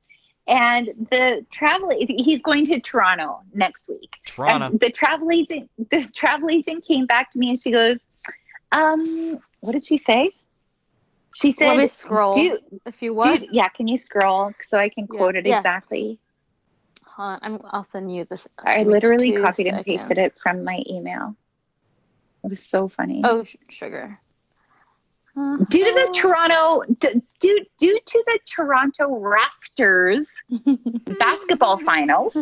[SPEAKER 2] and the travel. He's going to Toronto next week.
[SPEAKER 1] Toronto.
[SPEAKER 2] And the travel agent, the travel agent came back to me and she goes, "Um, what did she say?" She
[SPEAKER 3] Let me
[SPEAKER 2] said,
[SPEAKER 3] scroll
[SPEAKER 2] "Do
[SPEAKER 3] if you want.
[SPEAKER 2] Dude, yeah, can you scroll so I can
[SPEAKER 3] Yeah.
[SPEAKER 2] quote it
[SPEAKER 3] Yeah.
[SPEAKER 2] exactly?
[SPEAKER 3] Hold on, I'm, I'll send you this.
[SPEAKER 2] I
[SPEAKER 3] Give me
[SPEAKER 2] literally
[SPEAKER 3] two
[SPEAKER 2] copied and pasted it
[SPEAKER 3] seconds.
[SPEAKER 2] from my email. It was so funny.
[SPEAKER 3] Oh, sh- sugar.
[SPEAKER 2] Due to the Toronto, d- due due to the Toronto Raptors basketball finals,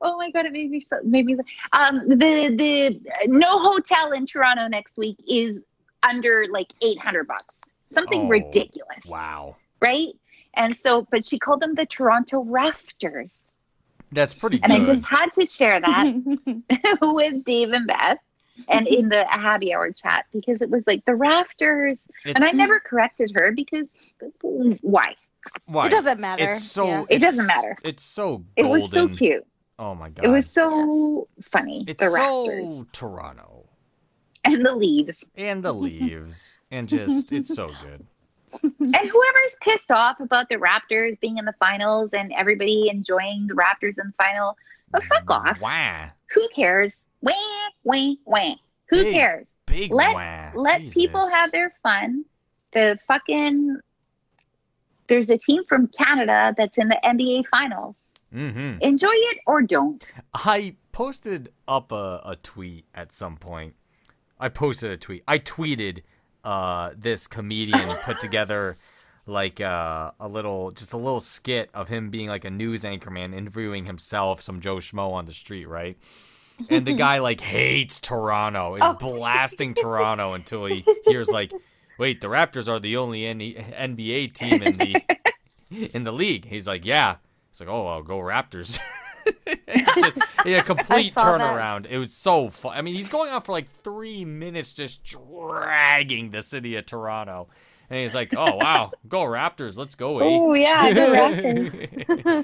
[SPEAKER 2] oh my god, it made me so made me. Um, the the no hotel in Toronto next week is under like eight hundred bucks, something
[SPEAKER 1] Oh,
[SPEAKER 2] ridiculous,
[SPEAKER 1] Wow.
[SPEAKER 2] right? And so, but she called them the Toronto Rafters,
[SPEAKER 1] That's pretty
[SPEAKER 2] and
[SPEAKER 1] good.
[SPEAKER 2] I just had to share that
[SPEAKER 3] Uh-huh.
[SPEAKER 2] with Dave and Beth. And in the happy hour chat because it was like the rafters, and I
[SPEAKER 1] It's-
[SPEAKER 2] never corrected her because why?
[SPEAKER 1] why?
[SPEAKER 3] It doesn't matter.
[SPEAKER 1] It's so.
[SPEAKER 3] Yeah.
[SPEAKER 2] It
[SPEAKER 1] it's-
[SPEAKER 2] doesn't matter.
[SPEAKER 1] It's so. Golden.
[SPEAKER 2] It was so cute.
[SPEAKER 1] Oh my god.
[SPEAKER 2] It was so funny.
[SPEAKER 1] It's
[SPEAKER 2] the
[SPEAKER 1] so
[SPEAKER 2] rafters
[SPEAKER 1] Toronto
[SPEAKER 2] and the leaves.
[SPEAKER 1] and the leaves and just it's so good.
[SPEAKER 2] And whoever's pissed off about the Raptors being in the finals and everybody enjoying the Raptors in the final, But fuck off.
[SPEAKER 1] Wah.
[SPEAKER 2] who cares? Wah, wah, wah. Who
[SPEAKER 1] Hey,
[SPEAKER 2] cares?
[SPEAKER 1] Big
[SPEAKER 2] Let-
[SPEAKER 1] wah.
[SPEAKER 2] Let people
[SPEAKER 1] Jesus.
[SPEAKER 2] have their fun. The fucking there's a team from Canada that's in the NBA finals.
[SPEAKER 1] Mhm.
[SPEAKER 2] Enjoy it or don't.
[SPEAKER 1] I posted up a, a tweet at some point. I posted a tweet. I tweeted uh, this comedian put together like uh, a little, just a little skit of him being like a news anchorman interviewing himself, some Joe Schmo on the street, right? And the guy like hates Toronto, is
[SPEAKER 3] Oh.
[SPEAKER 1] blasting Toronto until he hears like, wait, the Raptors are the only N- NBA team in the in the league. He's like, yeah. He's like, oh, I'll go Raptors. just yeah, complete
[SPEAKER 3] I saw that.
[SPEAKER 1] turnaround. It was so fun. I mean, he's going on for like three minutes, just dragging the city of Toronto, and he's like, oh wow, go Raptors, let's go. Eh?
[SPEAKER 2] Oh yeah, the Raptors.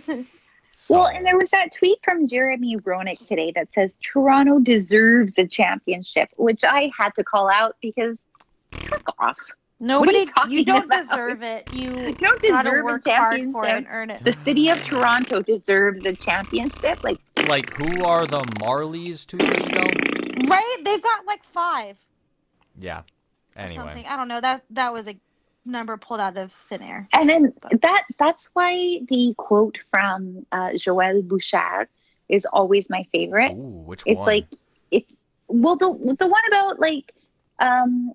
[SPEAKER 1] So-
[SPEAKER 2] Well, and there was that tweet from Jeremy Roenick today that says Toronto deserves a championship, which I had to call out because fuck off.
[SPEAKER 3] Nobody, you,
[SPEAKER 2] talking
[SPEAKER 3] don't
[SPEAKER 2] about?
[SPEAKER 3] deserve it. You
[SPEAKER 2] You don't
[SPEAKER 3] gotta
[SPEAKER 2] deserve a
[SPEAKER 3] work hard for it and
[SPEAKER 2] championship.
[SPEAKER 3] earn it.
[SPEAKER 2] The city of Toronto deserves a championship. Like,
[SPEAKER 1] like, who are the Marleys two years ago?
[SPEAKER 3] Right? They've got like five
[SPEAKER 1] Yeah.
[SPEAKER 3] or
[SPEAKER 1] Anyway,
[SPEAKER 3] something. I don't know. That that was a number pulled out of thin air.
[SPEAKER 2] and then that that's why the quote from uh, Joël Bouchard is always my favorite.
[SPEAKER 1] ooh, which
[SPEAKER 2] It's
[SPEAKER 1] one?
[SPEAKER 2] like if well the the one about like um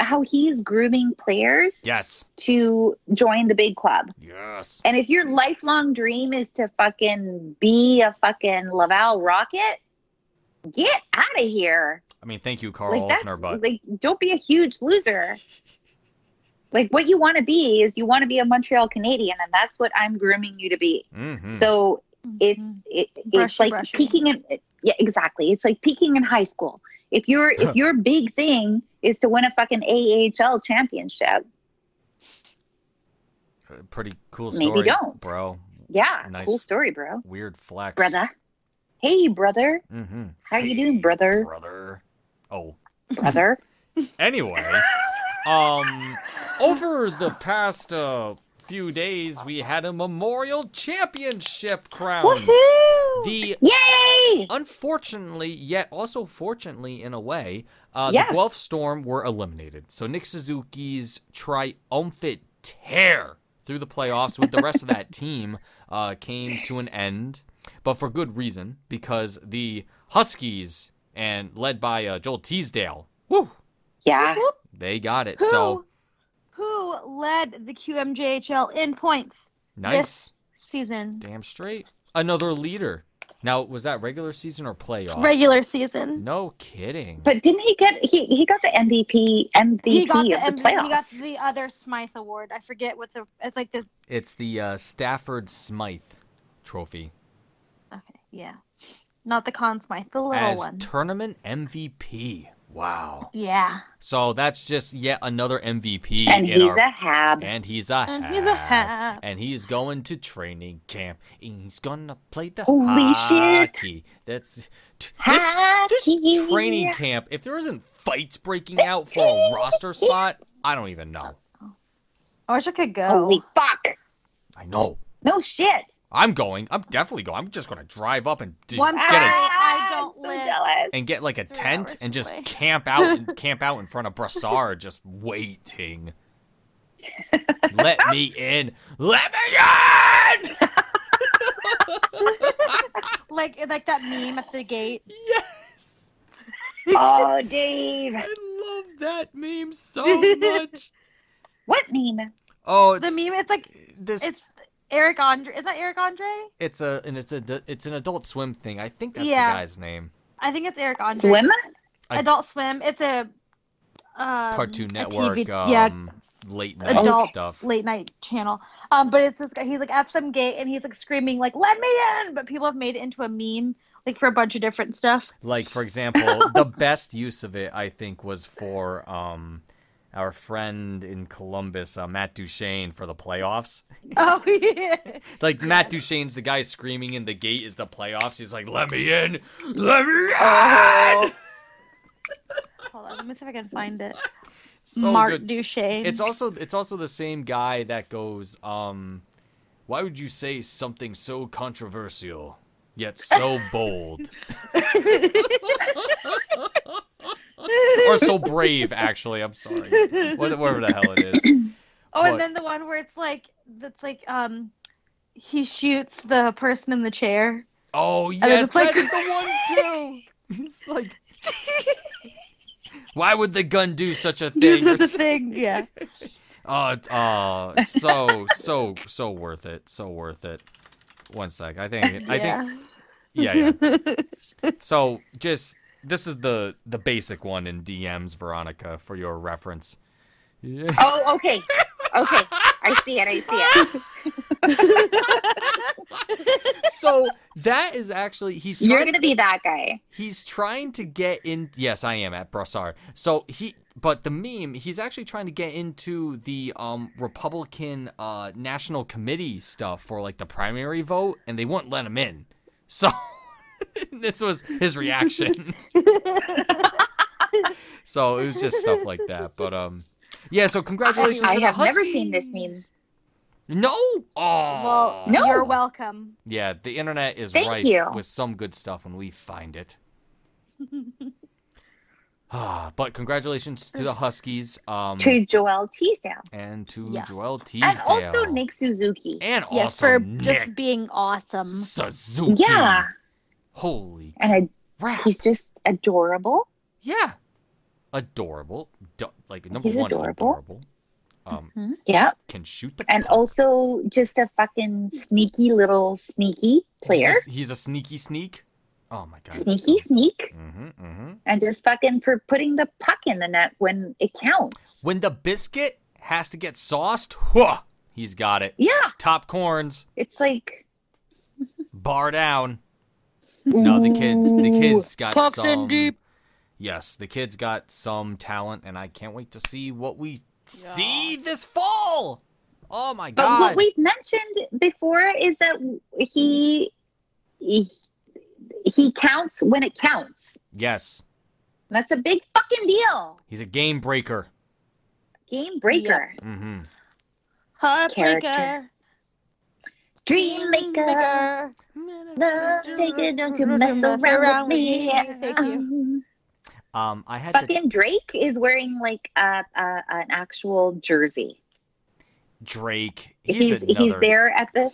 [SPEAKER 2] how he's grooming players
[SPEAKER 1] yes,
[SPEAKER 2] to join the big club.
[SPEAKER 1] yes.
[SPEAKER 2] And if your lifelong dream is to fucking be a fucking Laval Rocket, get out of here.
[SPEAKER 1] I mean, thank you, Carl
[SPEAKER 2] that's-
[SPEAKER 1] Olsner, but
[SPEAKER 2] like, don't be a huge loser. Like, what you want to be is you want to be a Montreal Canadian, and that's what I'm grooming you to be.
[SPEAKER 1] Mhm.
[SPEAKER 2] So If-
[SPEAKER 3] Mhm.
[SPEAKER 2] it, it's
[SPEAKER 3] Brushy,
[SPEAKER 2] like
[SPEAKER 3] brushy.
[SPEAKER 2] peaking in. Yeah, exactly. It's like peaking in high school. If your if your big thing is to win a fucking AHL championship,
[SPEAKER 1] Uh, pretty cool
[SPEAKER 2] maybe
[SPEAKER 1] story,
[SPEAKER 2] don't.
[SPEAKER 1] bro.
[SPEAKER 2] yeah,
[SPEAKER 1] Nice.
[SPEAKER 2] cool story, bro,
[SPEAKER 1] Weird flex,
[SPEAKER 2] brother. Hey, brother,
[SPEAKER 1] Mm-hmm.
[SPEAKER 2] how you doing, brother,
[SPEAKER 1] Brother. Oh.
[SPEAKER 2] brother?
[SPEAKER 1] Anyway, um, over the past uh, few days, we had a memorial championship crowned.
[SPEAKER 3] Woohoo!
[SPEAKER 1] The
[SPEAKER 2] Yay!
[SPEAKER 1] unfortunately, yet also fortunately in a way, uh,
[SPEAKER 2] Yes.
[SPEAKER 1] the Guelph Storm were eliminated. So Nick Suzuki's triumphant tear through the playoffs with the rest of that team uh, came to an end, but for good reason because the Huskies and led by uh, Joel Teasdale, woo,
[SPEAKER 2] Yeah.
[SPEAKER 1] they got it.
[SPEAKER 3] Who
[SPEAKER 1] So
[SPEAKER 3] who led the QMJHL in points
[SPEAKER 1] nice,
[SPEAKER 3] season?
[SPEAKER 1] damn straight, another leader. Now was that regular season or playoffs?
[SPEAKER 3] Regular season.
[SPEAKER 1] No kidding.
[SPEAKER 2] But didn't he get he, he got the MVP MVP
[SPEAKER 3] he got the,
[SPEAKER 2] of the
[SPEAKER 3] MVP he got
[SPEAKER 2] playoffs?
[SPEAKER 3] the other Smythe Award. I forget what the it's like the
[SPEAKER 1] It's the uh, Stafford Smythe Trophy
[SPEAKER 3] okay yeah, not the Conn Smythe, the little
[SPEAKER 1] as
[SPEAKER 3] one.
[SPEAKER 1] tournament MVP. Wow.
[SPEAKER 3] yeah,
[SPEAKER 1] So that's just yet another MVP.
[SPEAKER 2] and
[SPEAKER 1] in
[SPEAKER 2] he's
[SPEAKER 1] our-
[SPEAKER 2] a hab.
[SPEAKER 1] and he's a
[SPEAKER 3] and he's a
[SPEAKER 1] hat.
[SPEAKER 3] half.
[SPEAKER 1] And he's going to training camp. And he's gonna play the
[SPEAKER 2] Holy shit.
[SPEAKER 1] hockey. That's t- this, this
[SPEAKER 2] Hockey.
[SPEAKER 1] training camp. If there isn't fights breaking out for a roster spot, I don't even know.
[SPEAKER 3] I wish I could go.
[SPEAKER 2] Holy fuck!
[SPEAKER 1] I know.
[SPEAKER 2] No shit.
[SPEAKER 1] I'm going. I'm definitely going. I'm just gonna drive up and d-
[SPEAKER 3] One
[SPEAKER 1] get a
[SPEAKER 3] time. I
[SPEAKER 2] Ah,
[SPEAKER 3] don't
[SPEAKER 2] I'm so
[SPEAKER 3] live.
[SPEAKER 2] jealous.
[SPEAKER 1] and get like a
[SPEAKER 3] Three
[SPEAKER 1] tent
[SPEAKER 3] hours
[SPEAKER 1] and just
[SPEAKER 3] away.
[SPEAKER 1] camp out and camp out in front of Brassard just waiting. Let me in. Let me in.
[SPEAKER 3] like like that meme at the gate.
[SPEAKER 1] Yes.
[SPEAKER 2] oh, Dave.
[SPEAKER 1] I love that meme so much.
[SPEAKER 2] What meme?
[SPEAKER 1] Oh,
[SPEAKER 3] The
[SPEAKER 1] it's
[SPEAKER 3] meme, it's like
[SPEAKER 1] this.
[SPEAKER 3] it's Eric Andre. Is that Eric Andre?
[SPEAKER 1] It's a and it's a d- it's an Adult Swim thing. I think that's
[SPEAKER 3] Yeah.
[SPEAKER 1] the guy's name.
[SPEAKER 3] I think it's Eric Andre.
[SPEAKER 2] Swim?
[SPEAKER 1] I-
[SPEAKER 3] Adult Swim. It's a um,
[SPEAKER 1] Cartoon
[SPEAKER 3] a
[SPEAKER 1] Network.
[SPEAKER 3] TV
[SPEAKER 1] um,
[SPEAKER 3] yeah,
[SPEAKER 1] late night
[SPEAKER 3] adult
[SPEAKER 1] stuff.
[SPEAKER 3] late night channel. Um, but it's this guy. He's like at some gate and he's like screaming like "Let me in!" But people have made it into a meme like for a bunch of different stuff.
[SPEAKER 1] Like for example, the best use of it I think was for um our friend in Columbus, uh, Matt Duchesne, for the playoffs.
[SPEAKER 3] Oh yeah.
[SPEAKER 1] Like Matt Duchesne's the guy screaming in the gate is the playoffs. He's like, "Let me in, let me in!"
[SPEAKER 3] Oh, Hold on, let me see if I can find it.
[SPEAKER 1] So
[SPEAKER 3] Mark
[SPEAKER 1] good.
[SPEAKER 3] Duchesne.
[SPEAKER 1] It's also it's also the same guy that goes, um, "Why would you say something so controversial yet so bold?" or so brave, actually. I'm sorry. What- Whatever the hell it is.
[SPEAKER 3] oh,
[SPEAKER 1] what?
[SPEAKER 3] and then the one where it's like that's like um, he shoots the person in the chair.
[SPEAKER 1] Oh
[SPEAKER 3] then
[SPEAKER 1] yes,
[SPEAKER 3] it's like-
[SPEAKER 1] that's the one too. It's like, why would the gun do such a thing?
[SPEAKER 3] Dude, such a
[SPEAKER 1] It's-
[SPEAKER 3] thing. Yeah.
[SPEAKER 1] Oh, it's- oh, it's so so so worth it. So worth it. One sec. I think I think yeah yeah. So just this is the the basic one in DMs, Veronica, for your reference. Yeah.
[SPEAKER 2] Oh, okay. Okay. I see it. I see it.
[SPEAKER 1] so that is actually he's
[SPEAKER 2] You're
[SPEAKER 1] trying,
[SPEAKER 2] going to be that guy.
[SPEAKER 1] he's trying to get in. Yes, I am at Brassard. So he, but the meme, he's actually trying to get into the um Republican uh National Committee stuff for like the primary vote, and they wouldn't let him in. So this was his reaction. so it was just stuff like that. But um, yeah. So congratulations.
[SPEAKER 2] I
[SPEAKER 1] to the
[SPEAKER 2] have never seen this
[SPEAKER 1] Huskies. No. Oh.
[SPEAKER 3] Well,
[SPEAKER 2] No.
[SPEAKER 3] you're welcome.
[SPEAKER 1] Yeah, the internet is
[SPEAKER 2] Thank
[SPEAKER 1] rife
[SPEAKER 2] you.
[SPEAKER 1] with some good stuff when we find it. Ah, but congratulations to the Huskies um,
[SPEAKER 2] To Joel Teasdale.
[SPEAKER 1] and to
[SPEAKER 3] Yes.
[SPEAKER 1] Joel Teasdale.
[SPEAKER 2] And also Nick Suzuki.
[SPEAKER 1] And
[SPEAKER 3] Yes,
[SPEAKER 1] also
[SPEAKER 3] for
[SPEAKER 1] Nick
[SPEAKER 3] just being awesome.
[SPEAKER 1] Suzuki.
[SPEAKER 2] um, Yeah.
[SPEAKER 1] Holy
[SPEAKER 2] And I,
[SPEAKER 1] crap.
[SPEAKER 2] he's just adorable.
[SPEAKER 1] Yeah. Adorable. Du- like, number
[SPEAKER 2] He's
[SPEAKER 1] one,
[SPEAKER 2] adorable.
[SPEAKER 1] adorable. Um,
[SPEAKER 3] Mhm.
[SPEAKER 2] Yeah.
[SPEAKER 1] Can shoot the
[SPEAKER 2] And
[SPEAKER 1] puck.
[SPEAKER 2] also just a fucking sneaky little sneaky player.
[SPEAKER 1] He's a, he's a sneaky sneak. Oh my god.
[SPEAKER 2] Sneaky sneak.
[SPEAKER 1] Mm-hmm, mm-hmm.
[SPEAKER 2] And just fucking for putting the puck in the net when it counts.
[SPEAKER 1] When the biscuit has to get sauced, whoa, he's got it.
[SPEAKER 2] Yeah.
[SPEAKER 1] Top corns,
[SPEAKER 2] It's like
[SPEAKER 1] bar down. No, the kids, the
[SPEAKER 2] Ooh.
[SPEAKER 1] kids got
[SPEAKER 3] Pucks in
[SPEAKER 1] some.
[SPEAKER 3] deep.
[SPEAKER 1] Yes, the kids got some talent, and I can't wait to see what we see this fall. Oh my
[SPEAKER 2] But
[SPEAKER 1] god!
[SPEAKER 2] what we've mentioned before is that he, he he counts when it counts.
[SPEAKER 1] yes,
[SPEAKER 2] That's a big fucking deal.
[SPEAKER 1] he's a game breaker.
[SPEAKER 2] Game breaker,
[SPEAKER 1] Mm-hmm.
[SPEAKER 3] Heartbreaker.
[SPEAKER 2] dream maker. Love taker, don't you mess around with me.
[SPEAKER 3] Thank you.
[SPEAKER 2] Um,
[SPEAKER 1] Um, I had to.
[SPEAKER 2] fucking Drake is wearing like a, a an actual jersey.
[SPEAKER 1] Drake.
[SPEAKER 2] He's
[SPEAKER 1] He's,
[SPEAKER 2] he's,
[SPEAKER 1] another
[SPEAKER 2] there at the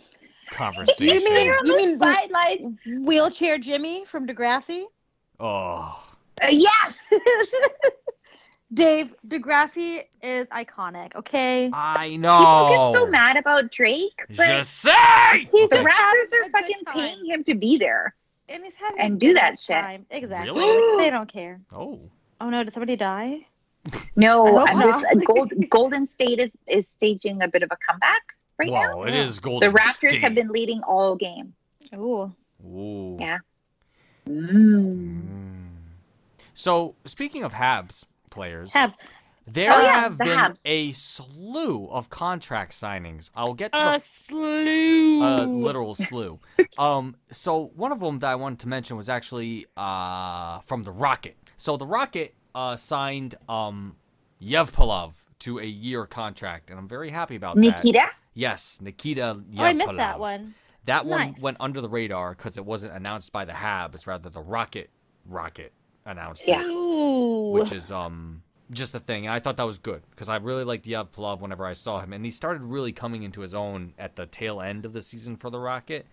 [SPEAKER 1] conversation.
[SPEAKER 2] he's there on
[SPEAKER 3] You
[SPEAKER 2] the
[SPEAKER 3] mean-
[SPEAKER 2] sidelines.
[SPEAKER 3] Wheelchair Jimmy from Degrassi.
[SPEAKER 1] oh,
[SPEAKER 2] Uh, yes,
[SPEAKER 3] Dave, Degrassi is iconic, okay?
[SPEAKER 1] I
[SPEAKER 2] people
[SPEAKER 1] know.
[SPEAKER 2] get so mad about Drake, but
[SPEAKER 1] Oh. Just say.
[SPEAKER 3] He's
[SPEAKER 2] the
[SPEAKER 3] just
[SPEAKER 2] Raptors
[SPEAKER 3] having
[SPEAKER 2] are
[SPEAKER 3] a good
[SPEAKER 2] fucking
[SPEAKER 3] time.
[SPEAKER 2] paying him to be there.
[SPEAKER 3] And he's having
[SPEAKER 2] And
[SPEAKER 3] a
[SPEAKER 2] do
[SPEAKER 3] good
[SPEAKER 2] that shit.
[SPEAKER 3] time. Exactly.
[SPEAKER 1] Really?
[SPEAKER 3] Like, they don't care.
[SPEAKER 1] Oh.
[SPEAKER 3] Oh no, did somebody die?
[SPEAKER 2] No,
[SPEAKER 3] I hope
[SPEAKER 2] I'm just uh,
[SPEAKER 3] not.
[SPEAKER 2] Gold, Golden State is, is staging a bit of a comeback right now.
[SPEAKER 1] Wow, it
[SPEAKER 3] Yeah.
[SPEAKER 1] is
[SPEAKER 2] The
[SPEAKER 1] Golden
[SPEAKER 2] Raptors
[SPEAKER 1] State.
[SPEAKER 2] have been leading all game.
[SPEAKER 3] Ooh.
[SPEAKER 1] Ooh.
[SPEAKER 2] Yeah. Mm.
[SPEAKER 1] Mm. So, speaking of Habs players,
[SPEAKER 3] Habs.
[SPEAKER 1] there
[SPEAKER 2] Oh, yes,
[SPEAKER 1] have
[SPEAKER 2] the
[SPEAKER 1] been
[SPEAKER 2] Habs.
[SPEAKER 1] a slew of contract signings. I'll get to the
[SPEAKER 3] A
[SPEAKER 1] f-
[SPEAKER 3] slew. Oh,
[SPEAKER 1] uh, literal slew. um, so one of them that I wanted to mention was actually uh, from the Rocket. So the Rocket uh, signed um, Yevpilov to a year contract, and I'm very happy about that.
[SPEAKER 2] Nikita,
[SPEAKER 1] Yes, Nikita Yevpilov.
[SPEAKER 3] oh, I missed that one.
[SPEAKER 1] That one
[SPEAKER 3] Nice.
[SPEAKER 1] went under the radar because it wasn't announced by the Habs, rather the Rocket Rocket announced
[SPEAKER 2] Yeah.
[SPEAKER 1] it,
[SPEAKER 3] Ooh.
[SPEAKER 1] which is um just the thing. And I thought that was good because I really liked Yevpilov whenever I saw him, and he started really coming into his own at the tail end of the season for the Rocket.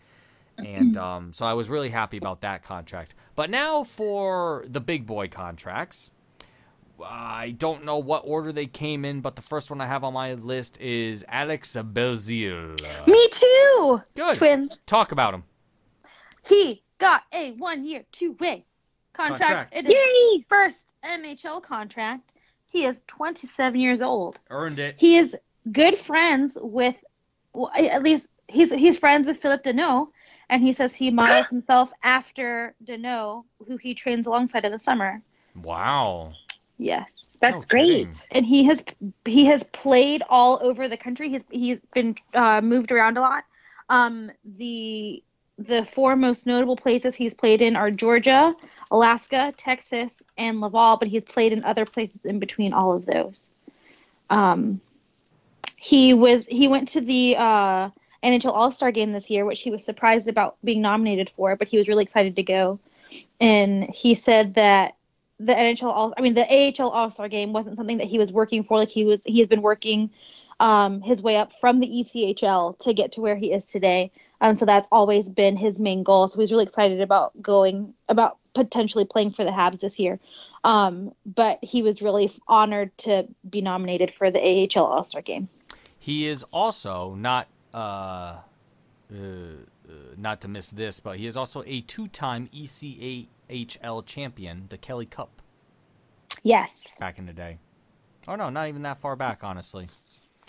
[SPEAKER 1] and um, so I was really happy about that contract. But now for the big boy contracts, I don't know what order they came in, but the first one I have on my list is Alex Belzil.
[SPEAKER 3] Me too.
[SPEAKER 1] uh, Good.
[SPEAKER 3] Twins.
[SPEAKER 1] Talk about him.
[SPEAKER 3] He got a one year, two way contract.
[SPEAKER 1] Contract.
[SPEAKER 3] It is
[SPEAKER 2] Yay!
[SPEAKER 3] first NHL contract. He is 27 years old.
[SPEAKER 1] Earned it.
[SPEAKER 3] He is good friends with, well, at least he's he's friends with Philip Deneau, and he says he models himself after Deneau, who he trains alongside in the summer.
[SPEAKER 1] Wow.
[SPEAKER 3] Yes.
[SPEAKER 2] That's
[SPEAKER 1] No kidding.
[SPEAKER 2] great.
[SPEAKER 3] and he has he has played all over the country. He's he's been uh, moved around a lot. Um, the the four most notable places he's played in are Georgia, Alaska, Texas, and Laval. But he's played in other places in between all of those. Um, he was he went to the uh, NHL All Star Game this year, which he was surprised about being nominated for, but he was really excited to go. And he said that the NHL all I mean the AHL All Star game wasn't something that he was working for. Like he was he has been working um, his way up from the ECHL to get to where he is today. Um, so that's always been his main goal. So he's really excited about going about potentially playing for the Habs this year. Um, but he was really honored to be nominated for the AHL All Star game.
[SPEAKER 1] He is also not uh, uh, uh, not to miss this, but he is also a two-time E ECHL champion, the Kelly Cup,
[SPEAKER 3] Yes.
[SPEAKER 1] back in the day. Oh no, not even that far back, honestly.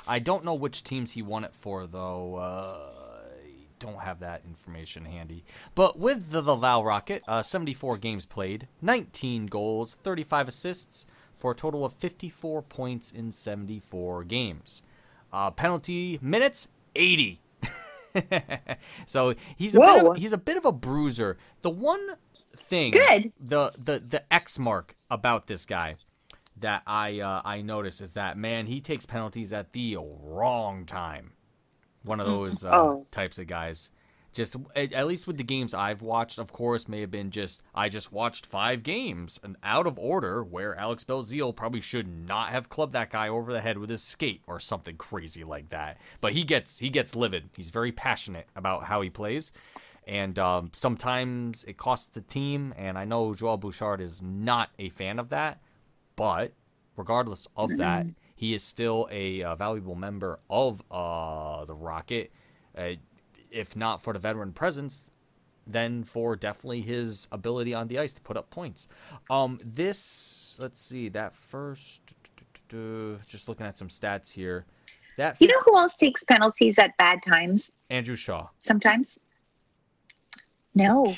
[SPEAKER 1] I don't know which teams he won it for though. Uh, I don't have that information handy. But with the Laval Rocket, uh, 74 games played, 19 goals, 35 assists, for a total of 54 points in 74 games. Uh, penalty minutes 80. so he's a bit
[SPEAKER 2] Whoa.
[SPEAKER 1] of, he's a bit of a bruiser. The one thing
[SPEAKER 2] Good.
[SPEAKER 1] the the the X mark about this guy that I uh, I notice is that man he takes penalties at the wrong time. One of those uh,
[SPEAKER 2] Oh.
[SPEAKER 1] types of guys. Just at, at least with the games I've watched, of course, may have been just I just watched five games and out of order where Alex Belzeal probably should not have clubbed that guy over the head with his skate or something crazy like that. But he gets he gets livid. He's very passionate about how he plays and um, sometimes it costs the team. And I know Joel Bouchard is not a fan of that, but regardless of that,
[SPEAKER 2] Mm-hmm.
[SPEAKER 1] he is still a uh, valuable member of uh, the Rocket. Uh, if not for the veteran presence, then for definitely his ability on the ice to put up points. Um, this let's see that first. Just looking at some stats here. That
[SPEAKER 2] You know who else takes penalties at bad times
[SPEAKER 1] Andrew Shaw.
[SPEAKER 2] sometimes? No,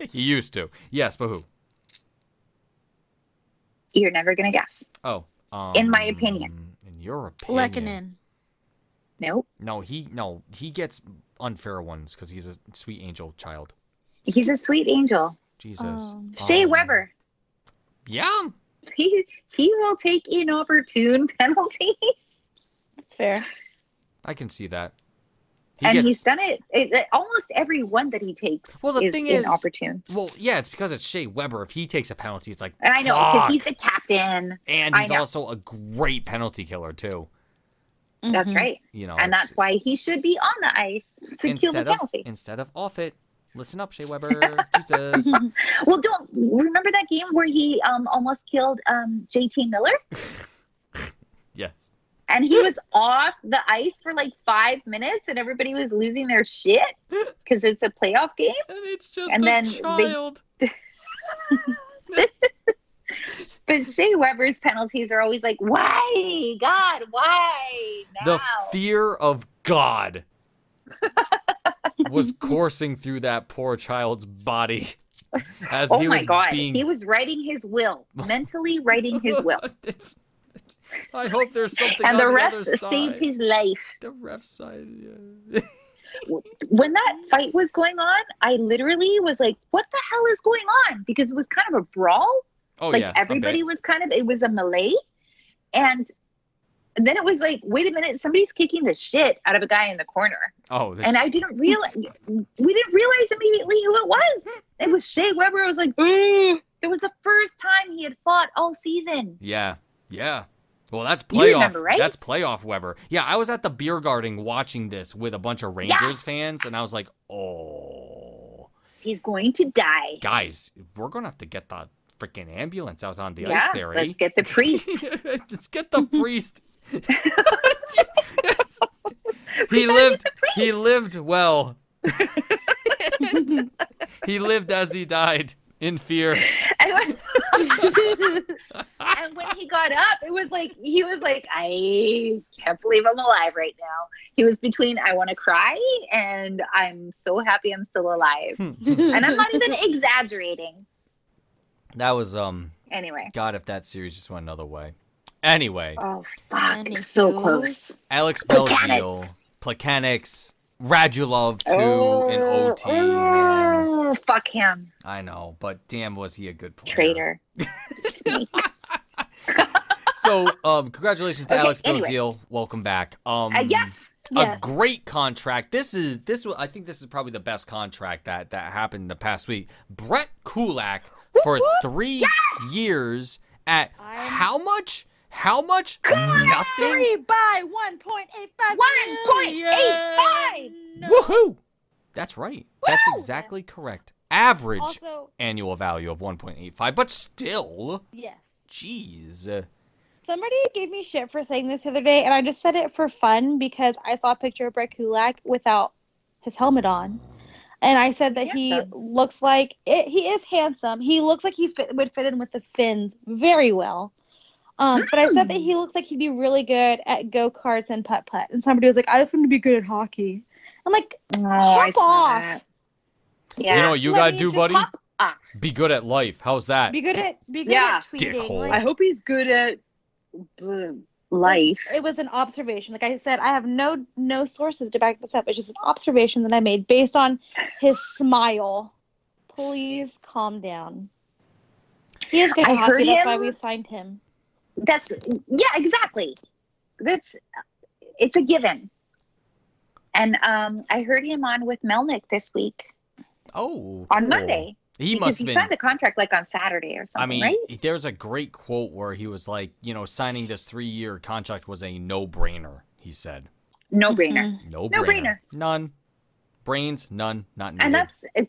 [SPEAKER 1] He used to. Yes, but who?
[SPEAKER 2] you're never going to guess.
[SPEAKER 1] Oh. Um,
[SPEAKER 2] In my opinion.
[SPEAKER 1] In your opinion.
[SPEAKER 3] Lekanen.
[SPEAKER 2] Nope.
[SPEAKER 1] No, he no he gets unfair ones because he's a sweet angel child.
[SPEAKER 2] He's a sweet angel.
[SPEAKER 1] Jesus.
[SPEAKER 3] Um,
[SPEAKER 2] Shea
[SPEAKER 1] Um,
[SPEAKER 2] Weber.
[SPEAKER 1] Yeah.
[SPEAKER 2] He he will take inopportune penalties.
[SPEAKER 3] That's fair.
[SPEAKER 1] I can see that.
[SPEAKER 2] and he's done it, it, it- almost every one that he takes
[SPEAKER 1] Well, the
[SPEAKER 2] is
[SPEAKER 1] thing is-
[SPEAKER 2] inopportune
[SPEAKER 1] well, yeah, it's because it's Shea Weber. If he takes a penalty, it's like
[SPEAKER 2] and i know because
[SPEAKER 1] "Fuck."
[SPEAKER 2] he's the captain
[SPEAKER 1] and
[SPEAKER 2] I
[SPEAKER 1] he's
[SPEAKER 2] know.
[SPEAKER 1] also a great penalty killer too. Mm-hmm.
[SPEAKER 2] that's
[SPEAKER 3] Mhm.
[SPEAKER 2] right
[SPEAKER 1] You know,
[SPEAKER 2] and
[SPEAKER 1] it's-
[SPEAKER 2] that's why he should be on the ice to kill the
[SPEAKER 1] instead of
[SPEAKER 2] penalty
[SPEAKER 1] instead of off it. Listen up, Shea Weber. Jesus.
[SPEAKER 2] well don't remember that game where he um, almost killed um, jt miller
[SPEAKER 1] Yes.
[SPEAKER 2] and he was off the ice for like five minutes and everybody was losing their shit because it's a playoff game
[SPEAKER 1] And it's just
[SPEAKER 2] And
[SPEAKER 1] a
[SPEAKER 2] then they-
[SPEAKER 1] child.
[SPEAKER 2] but shea weber's penalties are always like why god why now?
[SPEAKER 1] the fear of God was coursing through that poor child's body as
[SPEAKER 2] oh
[SPEAKER 1] he
[SPEAKER 2] my
[SPEAKER 1] was
[SPEAKER 2] god
[SPEAKER 1] being.
[SPEAKER 2] he was writing his will mentally writing his will
[SPEAKER 1] It's- it's- I hope there's something
[SPEAKER 2] and
[SPEAKER 1] on
[SPEAKER 2] the
[SPEAKER 1] the,
[SPEAKER 2] refs
[SPEAKER 1] other side.
[SPEAKER 2] saved his life
[SPEAKER 1] The ref side. Yeah.
[SPEAKER 2] when that fight was going on i literally was like what the hell is going on because it was kind of a brawl
[SPEAKER 1] Oh
[SPEAKER 2] like
[SPEAKER 1] yeah. a bit.
[SPEAKER 2] everybody was kind of it was a melee and and then it was like wait a minute somebody's kicking the shit out of a guy in the corner
[SPEAKER 1] Oh.
[SPEAKER 2] and
[SPEAKER 1] that's-
[SPEAKER 2] i didn't realize we didn't realize immediately who it was it was Shea weber i was like "Ugh." it was the first time he had fought all season
[SPEAKER 1] Yeah. Yeah. Well, that's playoff.
[SPEAKER 2] You remember, right?
[SPEAKER 1] That's playoff Weber. Yeah, I was at the beer garden watching this with a bunch of Rangers
[SPEAKER 2] Yes!
[SPEAKER 1] fans, and I was like, oh.
[SPEAKER 2] He's going to die.
[SPEAKER 1] Guys, we're gonna have to get the freaking ambulance out on the
[SPEAKER 2] yeah,
[SPEAKER 1] ice there. eh?
[SPEAKER 2] let's get the priest.
[SPEAKER 1] let's get the priest. he lived. He lived well. he lived as he died in fear.
[SPEAKER 2] and, when, and when he got up, it was like he was like, I can't believe I'm alive right now. He was between I want to cry and I'm so happy I'm still alive. And I'm not even exaggerating.
[SPEAKER 1] that was um.
[SPEAKER 2] Anyway.
[SPEAKER 1] God, if that series just went another way. Anyway,
[SPEAKER 2] Oh
[SPEAKER 3] And
[SPEAKER 2] fuck!
[SPEAKER 3] it's
[SPEAKER 2] So
[SPEAKER 3] so-
[SPEAKER 2] close.
[SPEAKER 1] Alex Belzeal,
[SPEAKER 2] Placanics.
[SPEAKER 1] Placanics, Radulov too in
[SPEAKER 2] Oh,
[SPEAKER 1] OT. man.
[SPEAKER 2] oh, fuck him,
[SPEAKER 1] I know, but damn, was he a good player.
[SPEAKER 2] traitor. Uh,
[SPEAKER 1] So, um, congratulations to
[SPEAKER 2] Okay,
[SPEAKER 1] Alex
[SPEAKER 2] anyway.
[SPEAKER 1] Belzeal. Welcome back. Um,
[SPEAKER 2] Uh, yes.
[SPEAKER 1] a
[SPEAKER 3] Yes.
[SPEAKER 1] great contract. This is this. wa- I think this is probably the best contract that that happened the past week. Brett Kulak for three years at
[SPEAKER 3] I'm-
[SPEAKER 1] how much? How much? Nothing.
[SPEAKER 3] Three by one point eight five.
[SPEAKER 2] 1.85.
[SPEAKER 1] Woohoo! That's right. That's exactly correct. Average
[SPEAKER 3] Also,
[SPEAKER 1] annual value of 1.85, but still,
[SPEAKER 3] yes.
[SPEAKER 1] jeez. Uh,
[SPEAKER 3] Somebody gave me shit for saying this the other day, and I just said it for fun because I saw a picture of Brett Kulak without his helmet on, and I said that he
[SPEAKER 2] Handsome.
[SPEAKER 3] looks like it, he is handsome. He looks like he fit, would fit in with the Finns very well. Um, But I said that he looks like he'd be really good at go karts and putt putt, and somebody was like, "I just want to be good at hockey." I'm like,
[SPEAKER 2] Oh, I
[SPEAKER 3] Hop
[SPEAKER 2] saw
[SPEAKER 3] off.
[SPEAKER 2] that. Yeah.
[SPEAKER 1] You know what you
[SPEAKER 3] Let
[SPEAKER 1] gotta
[SPEAKER 3] me
[SPEAKER 1] do,
[SPEAKER 3] just
[SPEAKER 1] buddy?
[SPEAKER 2] hop off.
[SPEAKER 1] Be good at life. How's that?
[SPEAKER 3] be good at be good
[SPEAKER 2] Yeah.
[SPEAKER 3] at tweeting.
[SPEAKER 1] Dickhole.
[SPEAKER 3] Like,
[SPEAKER 2] I hope he's good at uh, life.
[SPEAKER 3] it was an observation. Like I said, I have no no sources to back this up. It's just an observation that I made based on his smile. Please calm down. He is good
[SPEAKER 2] I
[SPEAKER 3] at hockey.
[SPEAKER 2] heard
[SPEAKER 3] That's
[SPEAKER 2] him-
[SPEAKER 3] why we signed him.
[SPEAKER 2] That's yeah, exactly. That's it's a given. And um, I heard him on with Melnick this week
[SPEAKER 1] oh,
[SPEAKER 2] on
[SPEAKER 1] cool.
[SPEAKER 2] Monday.
[SPEAKER 1] He
[SPEAKER 2] because
[SPEAKER 1] must
[SPEAKER 2] he
[SPEAKER 1] have been.
[SPEAKER 2] signed the contract like on Saturday or something,
[SPEAKER 1] I mean,
[SPEAKER 2] right?
[SPEAKER 1] there's a great quote where he was like, you know, signing this three year contract was a no brainer, he said.
[SPEAKER 2] No
[SPEAKER 1] mm-hmm.
[SPEAKER 2] brainer.
[SPEAKER 3] Mhm.
[SPEAKER 1] No brainer.
[SPEAKER 2] No-brainer.
[SPEAKER 1] None. Brains, none, not needed.
[SPEAKER 2] And that's uh,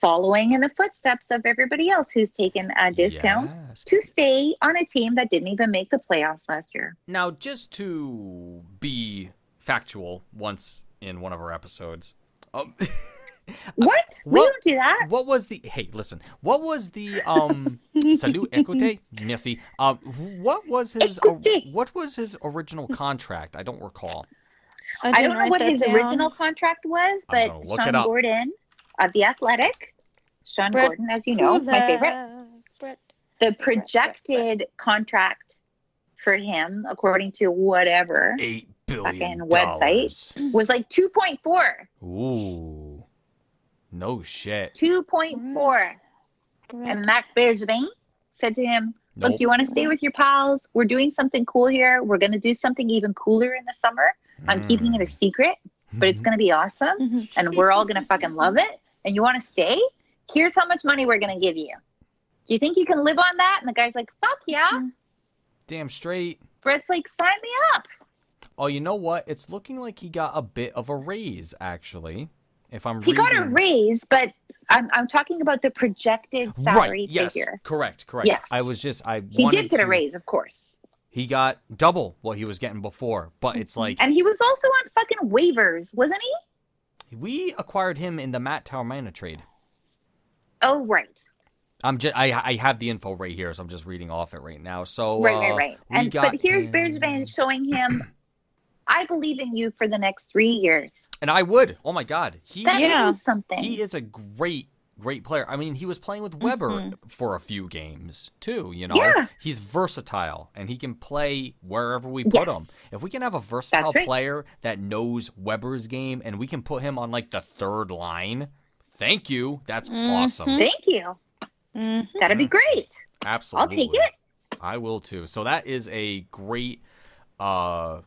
[SPEAKER 2] following in the footsteps of everybody else who's taken a discount
[SPEAKER 1] Yes.
[SPEAKER 2] to stay on a team that didn't even make the playoffs last year.
[SPEAKER 1] Now, just to be factual once in one of our episodes, um,
[SPEAKER 2] What? We
[SPEAKER 1] what-
[SPEAKER 2] don't do that.
[SPEAKER 1] what was the. Hey, listen. What was the. um Salut, écoutez, merci. Um, what was his
[SPEAKER 2] Écoutez.
[SPEAKER 1] what was his original contract? I don't recall.
[SPEAKER 2] I
[SPEAKER 3] didn't
[SPEAKER 2] don't know
[SPEAKER 3] write
[SPEAKER 2] what
[SPEAKER 3] that
[SPEAKER 2] his
[SPEAKER 3] down.
[SPEAKER 2] original contract was,
[SPEAKER 1] I'm gonna
[SPEAKER 2] but
[SPEAKER 1] look it
[SPEAKER 2] Sean
[SPEAKER 1] up.
[SPEAKER 2] Gordon of The Athletic, Sean
[SPEAKER 3] Brett
[SPEAKER 2] Gordon, as you know, my favorite.
[SPEAKER 3] Brett.
[SPEAKER 2] the projected contract for him, according to whatever,
[SPEAKER 1] Eight billion
[SPEAKER 2] Fucking website. was like 2.4.
[SPEAKER 1] Ooh, no shit.
[SPEAKER 2] 2.4. And
[SPEAKER 3] Brett.
[SPEAKER 2] Mac Bergevin said to him, Look,
[SPEAKER 1] Nope.
[SPEAKER 2] you want to stay with your pals? We're doing something cool here. We're going to do something even cooler in the summer. I'm
[SPEAKER 1] Hmm.
[SPEAKER 2] keeping it a secret, but
[SPEAKER 1] Mm-hmm.
[SPEAKER 2] it's going to be awesome.
[SPEAKER 3] Mhm.
[SPEAKER 2] And we're all going to fucking love it. And you want to stay? Here's how much money we're going to give you. Do you think you can live on that? And the guy's like, fuck yeah.
[SPEAKER 1] Mm. damn straight.
[SPEAKER 2] Brett's like, sign me up.
[SPEAKER 1] Oh, you know what? It's looking like he got a bit of a raise, actually. If I'm
[SPEAKER 2] He
[SPEAKER 1] reading.
[SPEAKER 2] got a raise, but I'm, I'm talking about the projected salary
[SPEAKER 1] right. Yes.
[SPEAKER 2] figure.
[SPEAKER 1] Correct. Correct.
[SPEAKER 2] Yes.
[SPEAKER 1] I was just I.
[SPEAKER 2] He
[SPEAKER 1] wanted
[SPEAKER 2] did get a
[SPEAKER 1] to-
[SPEAKER 2] raise, of course.
[SPEAKER 1] He got double what he was getting before, but it's like
[SPEAKER 2] And he was also on fucking waivers, wasn't he?
[SPEAKER 1] we acquired him in the Matt Taormina trade.
[SPEAKER 2] Oh, right.
[SPEAKER 1] I'm just I I have the info right here, so I'm just reading off it right now. So
[SPEAKER 2] right,
[SPEAKER 1] uh,
[SPEAKER 2] right, right.
[SPEAKER 1] we
[SPEAKER 2] And
[SPEAKER 1] got
[SPEAKER 2] but here's
[SPEAKER 1] him-
[SPEAKER 2] Bergevin showing him, I believe in you for the next three years.
[SPEAKER 1] And I would. Oh my God, he
[SPEAKER 2] That
[SPEAKER 3] Yeah.
[SPEAKER 2] means something.
[SPEAKER 1] he is a great great player. I mean, he was playing with Weber for a few games too. You know,
[SPEAKER 2] Mm-hmm. Yeah.
[SPEAKER 1] he's versatile and he can play wherever we put
[SPEAKER 2] Yes.
[SPEAKER 1] him. If we can have a versatile
[SPEAKER 2] right.
[SPEAKER 1] player that knows Weber's game and we can put him on like the third line, thank you. That's
[SPEAKER 2] Mm-hmm.
[SPEAKER 1] awesome.
[SPEAKER 2] Thank you.
[SPEAKER 3] Mhm.
[SPEAKER 2] That'd
[SPEAKER 1] Mm-hmm.
[SPEAKER 2] be great.
[SPEAKER 1] Absolutely.
[SPEAKER 2] it.
[SPEAKER 1] I will too. So that is a great uh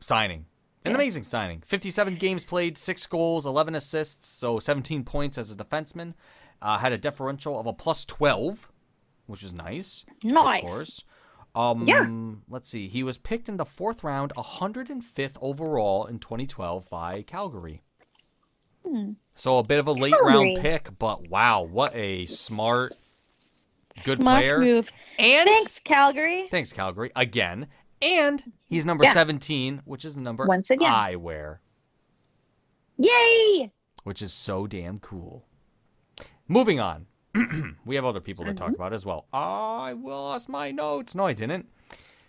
[SPEAKER 1] signing. An amazing signing. 57 games played, 6 goals, 11 assists, so 17 points as a defenseman. Uh, had a differential of a plus 12, which is nice.
[SPEAKER 3] Nice.
[SPEAKER 1] Of course. Um,
[SPEAKER 2] Yeah.
[SPEAKER 1] Let's see. He was picked in the fourth round, 105th overall in 2012 by Calgary.
[SPEAKER 3] Hmm.
[SPEAKER 1] So a bit of a late round pick, but wow, what a smart, good
[SPEAKER 3] Smart
[SPEAKER 1] player.
[SPEAKER 3] move.
[SPEAKER 1] And
[SPEAKER 3] Thanks, Calgary.
[SPEAKER 1] thanks, Calgary, again. And he's number
[SPEAKER 2] Yeah.
[SPEAKER 1] 17, which is the number
[SPEAKER 2] Once again.
[SPEAKER 1] I wear,
[SPEAKER 2] Yay!
[SPEAKER 1] which is so damn cool. Moving on. we have other people to
[SPEAKER 2] Mm-hmm.
[SPEAKER 1] talk about as well. I lost my notes. No, I didn't.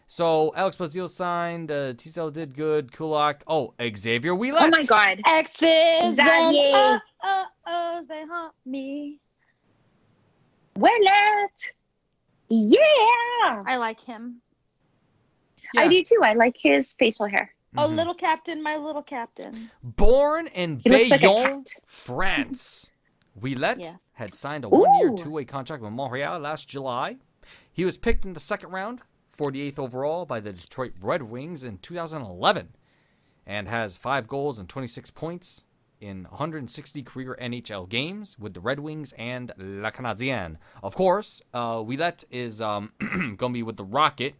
[SPEAKER 1] So Alex Bazile signed. Uh, T-Cell did good. Kulak. Oh, Xavier Wheeler.
[SPEAKER 2] Oh my god.
[SPEAKER 3] X's and
[SPEAKER 2] Xavier.
[SPEAKER 3] oh, oh, ohs, they haunt me.
[SPEAKER 2] Willett! Yeah!
[SPEAKER 3] I like him.
[SPEAKER 2] I do too. I like his facial hair.
[SPEAKER 1] Mm-hmm.
[SPEAKER 3] Oh, little captain, my little captain.
[SPEAKER 1] Born in
[SPEAKER 2] He looks like a
[SPEAKER 1] Bayonne,
[SPEAKER 2] cat.
[SPEAKER 1] France, Ouellette
[SPEAKER 3] Yeah.
[SPEAKER 1] had signed a one-year,
[SPEAKER 2] Ooh.
[SPEAKER 1] two-way contract with Montreal last July. He was picked in the second round, 48th overall, by the Detroit Red Wings in 2011, and has five goals and 26 points in 160 career NHL games with the Red Wings and La Canadienne. Of course, uh, Ouellette is um, going to be with the Rocket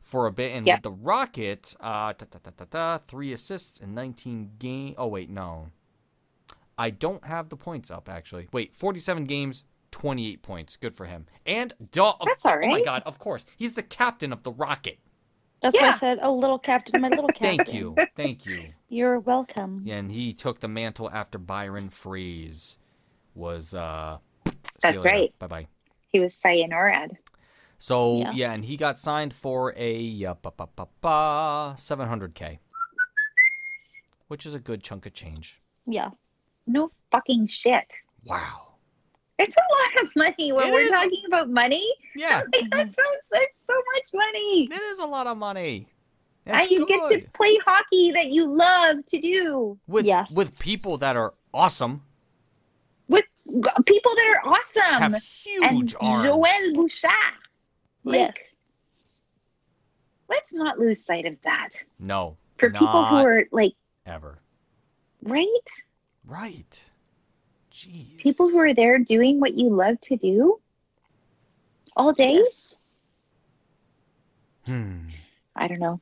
[SPEAKER 1] for a bit. And
[SPEAKER 2] Yeah.
[SPEAKER 1] with the Rocket, uh, ta, ta, ta, ta, ta, three assists in 19 game. Oh, wait, no. I don't have the points up, actually. Wait, 47 games, 28 points. Good for him. And, duh, of-
[SPEAKER 2] That's all
[SPEAKER 1] oh my
[SPEAKER 2] right.
[SPEAKER 1] God, of course. He's the captain of the Rocket.
[SPEAKER 3] That's why I
[SPEAKER 2] Yeah.
[SPEAKER 3] said, oh, little captain, my little captain.
[SPEAKER 1] Thank you. Thank you.
[SPEAKER 3] You're welcome.
[SPEAKER 1] Yeah, and he took the mantle after Byron Freeze was. uh
[SPEAKER 2] That's right.
[SPEAKER 1] Bye bye.
[SPEAKER 2] He was Sayonara'd.
[SPEAKER 1] So yeah.
[SPEAKER 3] Yeah.
[SPEAKER 1] and he got signed for a uh, ba, ba, ba, ba, 700k, which is a good chunk of change.
[SPEAKER 3] Yeah.
[SPEAKER 2] No fucking shit.
[SPEAKER 1] Wow.
[SPEAKER 2] It's a lot of money. When
[SPEAKER 1] It
[SPEAKER 2] we're
[SPEAKER 1] is. Mm-hmm.
[SPEAKER 2] talking about money,
[SPEAKER 1] Yeah,
[SPEAKER 2] like that sounds that's so much money.
[SPEAKER 1] that is a lot of money. That's
[SPEAKER 2] And you get to
[SPEAKER 1] good.
[SPEAKER 2] play hockey that you love to do
[SPEAKER 1] with
[SPEAKER 3] Yes.
[SPEAKER 1] with people that are awesome,
[SPEAKER 2] with g- people that are awesome.
[SPEAKER 1] have
[SPEAKER 2] Um, and
[SPEAKER 1] huge arms.
[SPEAKER 2] Joel Bouchard. Like,
[SPEAKER 3] yes.
[SPEAKER 2] Let's not lose sight of that.
[SPEAKER 1] No,
[SPEAKER 2] For people who
[SPEAKER 1] Not-
[SPEAKER 2] are like,
[SPEAKER 1] ever.
[SPEAKER 2] right?
[SPEAKER 1] Right. Jeez.
[SPEAKER 2] People who are there doing what you love to do all day.
[SPEAKER 1] Hmm.
[SPEAKER 2] I don't know.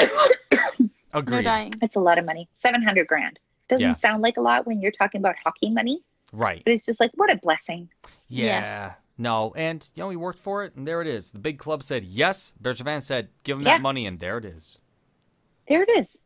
[SPEAKER 3] No
[SPEAKER 1] Agreed.
[SPEAKER 3] dying.
[SPEAKER 2] It's a lot of money. 700 grand. Doesn't
[SPEAKER 1] Yeah.
[SPEAKER 2] sound like a lot when you're talking about hockey money,
[SPEAKER 1] Right.
[SPEAKER 2] but it's just like, what a blessing.
[SPEAKER 1] Yeah.
[SPEAKER 3] Yes.
[SPEAKER 1] No, and you know he worked for it, and there it is. The big club said yes. Bergevin said, "Give him
[SPEAKER 2] Yeah.
[SPEAKER 1] that money," and there it is.
[SPEAKER 2] There it is.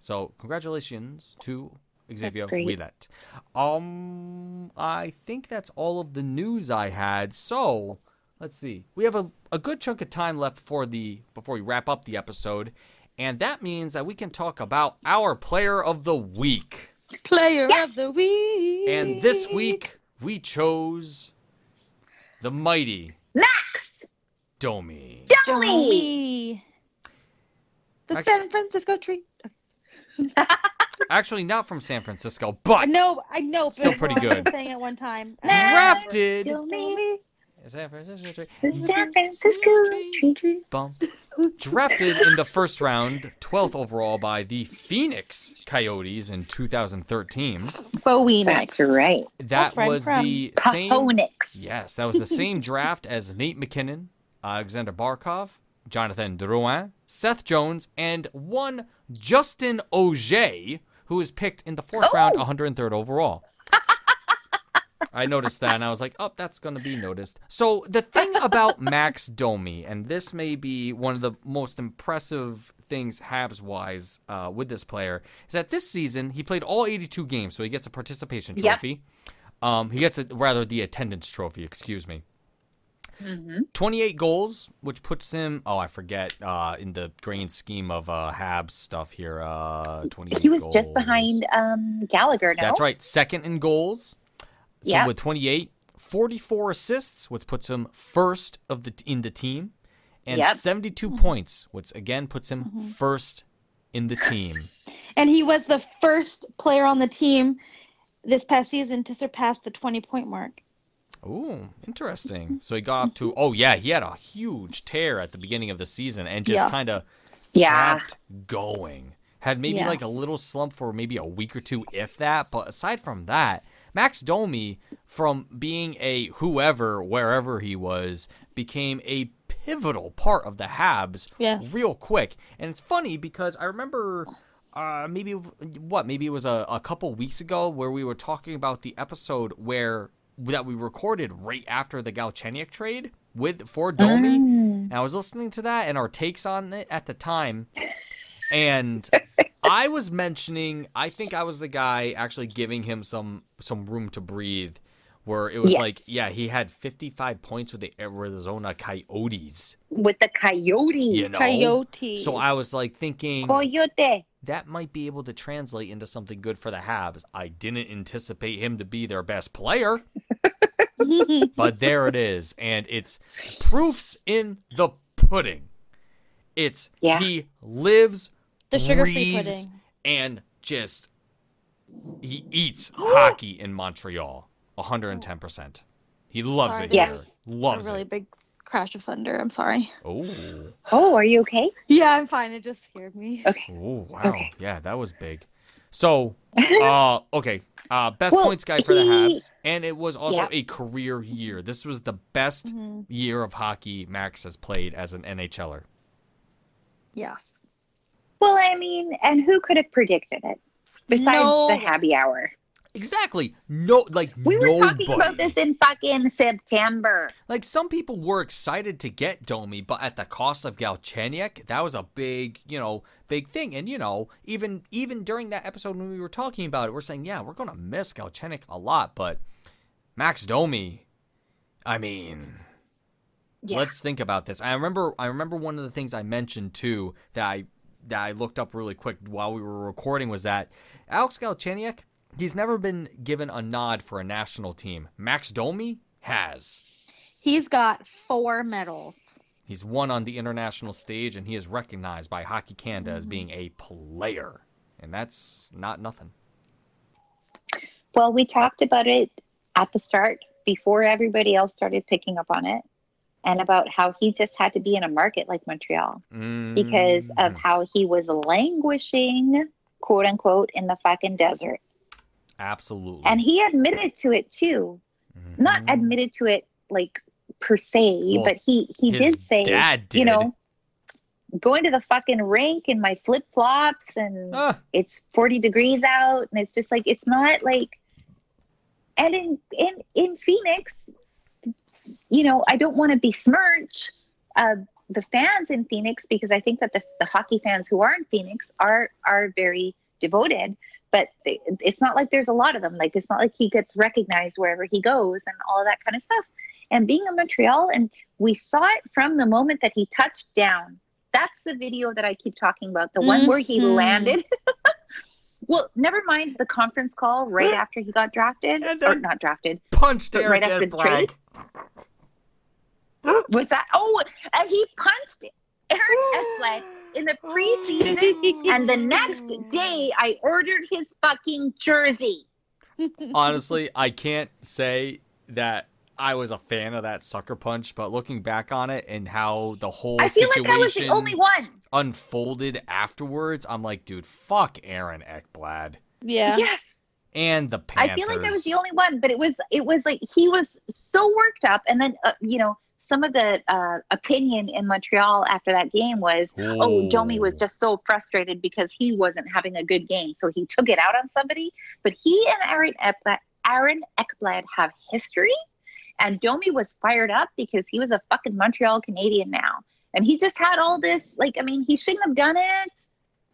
[SPEAKER 1] So congratulations to Xavier
[SPEAKER 2] great.
[SPEAKER 1] Ouellet. Um, I think that's all of the news I had. So let's see. We have a, a good chunk of time left before the before we wrap up the episode, and that means that we can talk about our player of the week.
[SPEAKER 3] Player
[SPEAKER 2] Yeah.
[SPEAKER 3] of the week.
[SPEAKER 1] And this week we chose the mighty
[SPEAKER 2] Max
[SPEAKER 1] Domi.
[SPEAKER 2] Domi.
[SPEAKER 3] Domi. The
[SPEAKER 1] Max-
[SPEAKER 3] San Francisco tree.
[SPEAKER 1] Actually, not from San Francisco,
[SPEAKER 3] I
[SPEAKER 1] but
[SPEAKER 3] know, I know. but
[SPEAKER 1] Still pretty
[SPEAKER 3] everyone
[SPEAKER 1] good.
[SPEAKER 3] was Saying it one time.
[SPEAKER 1] drafted
[SPEAKER 2] Domi.
[SPEAKER 3] Domi.
[SPEAKER 1] San Francisco.
[SPEAKER 2] The San Francisco tree. tree.
[SPEAKER 1] Bum. Drafted in the first round, 12th overall by the Phoenix Coyotes in 2013.
[SPEAKER 3] Bowie
[SPEAKER 2] That's right.
[SPEAKER 1] That
[SPEAKER 3] That's where I'm
[SPEAKER 1] was
[SPEAKER 3] from.
[SPEAKER 1] the same.
[SPEAKER 2] Cojonix.
[SPEAKER 1] Yes, that was the same draft as Nate McKinnon, Alexander Barkov, Jonathan Drouin, Seth Jones, and one Justin Auger, who was picked in the fourth round, 103rd overall. I noticed that and I was like, oh, that's going to be noticed. So, the thing about Max Domi, and this may be one of the most impressive things Habs wise uh, with this player, is that this season he played all 82 games, so he gets a participation
[SPEAKER 2] Yep.
[SPEAKER 1] trophy. Um, he gets a, rather the attendance trophy, excuse me.
[SPEAKER 2] Mm-hmm.
[SPEAKER 1] 28 goals, which puts him, oh, I forget, uh, in the grand scheme of uh, Habs stuff here. Uh, 28
[SPEAKER 2] He was
[SPEAKER 1] goals.
[SPEAKER 2] just behind um, Gallagher, no?
[SPEAKER 1] That's right. Second in goals. So
[SPEAKER 2] Yeah.
[SPEAKER 1] with 28, 44 assists, which puts him first of the in the team, and
[SPEAKER 2] Yep. Mm-hmm.
[SPEAKER 1] 72 points, which again puts him first in the team.
[SPEAKER 3] And he was the first player on the team this past season to surpass the 20 point mark.
[SPEAKER 1] Ooh, interesting. So he got off to oh yeah, he had a huge tear at the beginning of the season and just
[SPEAKER 3] Yeah.
[SPEAKER 1] kind of
[SPEAKER 2] Yeah.
[SPEAKER 1] kept going. Had maybe
[SPEAKER 3] Yeah.
[SPEAKER 1] like a little slump for maybe a week or two, if that. But aside from that, Max Domi, from being a whoever, wherever he was, became a pivotal part of the Habs
[SPEAKER 3] Yes.
[SPEAKER 1] real quick. And it's funny because I remember uh, maybe what maybe it was a, a couple weeks ago where we were talking about the episode where that we recorded right after the Galchenyuk trade with for
[SPEAKER 2] Mm-hmm.
[SPEAKER 1] Domi.
[SPEAKER 2] Mm.
[SPEAKER 1] And I was listening to that and our takes on it at the time. And I was mentioning, I think I was the guy actually giving him some some room to breathe, where it was
[SPEAKER 2] Yes.
[SPEAKER 1] like, yeah, he had 55 points with the Arizona Coyotes.
[SPEAKER 2] with the coyote.
[SPEAKER 1] You know?
[SPEAKER 3] Mm, Coyote.
[SPEAKER 1] So I was like thinking
[SPEAKER 2] Coyote.
[SPEAKER 1] that might be able to translate into something good for the Habs. I didn't anticipate him to be their best player, but there it is, and it's proofs in the pudding. It's
[SPEAKER 2] Yeah.
[SPEAKER 1] he lives
[SPEAKER 3] the sugar-free
[SPEAKER 1] breathes
[SPEAKER 3] pudding.
[SPEAKER 1] and just he eats hockey in Montreal 110%. He loves it here.
[SPEAKER 2] Yes.
[SPEAKER 3] A
[SPEAKER 1] Loves
[SPEAKER 3] really
[SPEAKER 1] it.
[SPEAKER 3] big crash of thunder. I'm sorry.
[SPEAKER 1] Oh.
[SPEAKER 2] Oh, are you okay?
[SPEAKER 3] Yeah, I'm fine. It just scared me.
[SPEAKER 1] Oh,
[SPEAKER 2] Okay.
[SPEAKER 1] wow.
[SPEAKER 2] Okay.
[SPEAKER 1] Yeah, that was big. So, uh okay. Uh best
[SPEAKER 2] Well,
[SPEAKER 1] points guy for the
[SPEAKER 2] he-
[SPEAKER 1] Habs and it was also
[SPEAKER 2] Yeah. Mm-hmm.
[SPEAKER 1] a career year. This was the best
[SPEAKER 3] Mhm.
[SPEAKER 1] year of hockey Max has played as an NHLer.
[SPEAKER 3] Yes.
[SPEAKER 2] Well, I mean, and who could have predicted it besides
[SPEAKER 3] No.
[SPEAKER 2] the happy hour?
[SPEAKER 1] Exactly. No like
[SPEAKER 2] We were talking
[SPEAKER 1] nobody.
[SPEAKER 2] about this in fucking September.
[SPEAKER 1] Like some people were excited to get Domi, but at the cost of Galchenyuk, that was a big, you know, big thing. And you know, even even during that episode when we were talking about it, we're saying, yeah, we're gonna miss Galchenyuk a lot, but Max Domi, I mean,
[SPEAKER 2] Yeah.
[SPEAKER 1] let's think about this. I remember I remember one of the things I mentioned too that I that I looked up really quick while we were recording was that Alex Galchenyuk, he's never been given a nod for a national team. Max Domi has.
[SPEAKER 3] He's got four medals.
[SPEAKER 1] He's won on the international stage, and he is recognized by Hockey Canada
[SPEAKER 2] Mm-hmm.
[SPEAKER 1] as being a player, and that's not nothing.
[SPEAKER 2] Well, we talked about it at the start before everybody else started picking up on it and about how he just had to be in a market like Montreal because of
[SPEAKER 1] Mhm.
[SPEAKER 2] how he was languishing, quote unquote, in the fucking desert.
[SPEAKER 1] absolutely,
[SPEAKER 2] And he admitted to it too. Not
[SPEAKER 1] Mhm.
[SPEAKER 2] admitted to it like per se,
[SPEAKER 1] Well,
[SPEAKER 2] but he he
[SPEAKER 1] his
[SPEAKER 2] did say,
[SPEAKER 1] dad did.
[SPEAKER 2] you know, going to the fucking rink in my flip flops and
[SPEAKER 1] Ah,
[SPEAKER 2] it's 40 degrees out and it's just like it's not like and in in in phoenix you know i don't want to besmirch uh the fans in phoenix because i think that the, the hockey fans who are in phoenix are are very devoted but they, it's not like there's a lot of them like it's not like he gets recognized wherever he goes and all that kind of stuff and being in montreal and we saw it from the moment that he touched down that's the video that i keep talking about the one where he
[SPEAKER 3] Mhm.
[SPEAKER 2] landed well never mind the conference call right after he got drafted
[SPEAKER 1] And
[SPEAKER 2] or
[SPEAKER 1] then-
[SPEAKER 2] not drafted
[SPEAKER 1] punched
[SPEAKER 2] But
[SPEAKER 1] Eric
[SPEAKER 2] right after
[SPEAKER 1] Ed
[SPEAKER 2] the trade?
[SPEAKER 1] Blanc.
[SPEAKER 2] was that oh and he punched Eric Esled in the preseason and the next day I ordered his fucking jersey.
[SPEAKER 1] Honestly, I can't say that I was a fan of that sucker punch, but looking back on it and how the whole
[SPEAKER 2] I feel
[SPEAKER 1] situation
[SPEAKER 2] like I was the only one.
[SPEAKER 1] unfolded afterwards, I'm like, dude, fuck Aaron Ekblad
[SPEAKER 3] Yeah.
[SPEAKER 2] Yes.
[SPEAKER 1] and the Panthers.
[SPEAKER 2] I feel like I was the only one, but it was it was like he was so worked up and then uh, you know some of the uh, opinion in Montreal after that game was oh, Domi was
[SPEAKER 1] Ooh.
[SPEAKER 2] just so frustrated because he wasn't having a good game, so he took it out on somebody. But he and Aaron Ekblad, Aaron Ekblad have history, and Domi was fired up because he was a fucking Montreal Canadian now, and he just had all this. Like, I mean, he shouldn't have done it,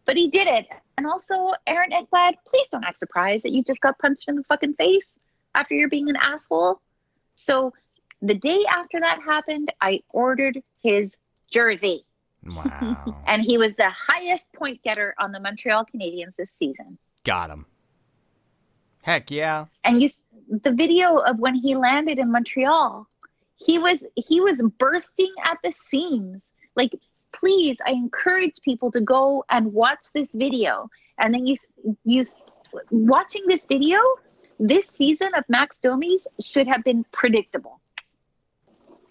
[SPEAKER 2] but he did it. And also, Aaron Ekblad, please don't act surprised that you just got punched in the fucking face after you're being an asshole. So, the day after that happened, I ordered his jersey
[SPEAKER 1] Wow.
[SPEAKER 2] and he was the highest point getter on the Montreal Canadiens this season.
[SPEAKER 1] Got him. Heck yeah.
[SPEAKER 2] And you, the video of when he landed in Montreal, he was he was bursting at the seams. Like, please, I encourage people to go and watch this video. And then you you watching this video, this season of Max Domi's should have been predictable.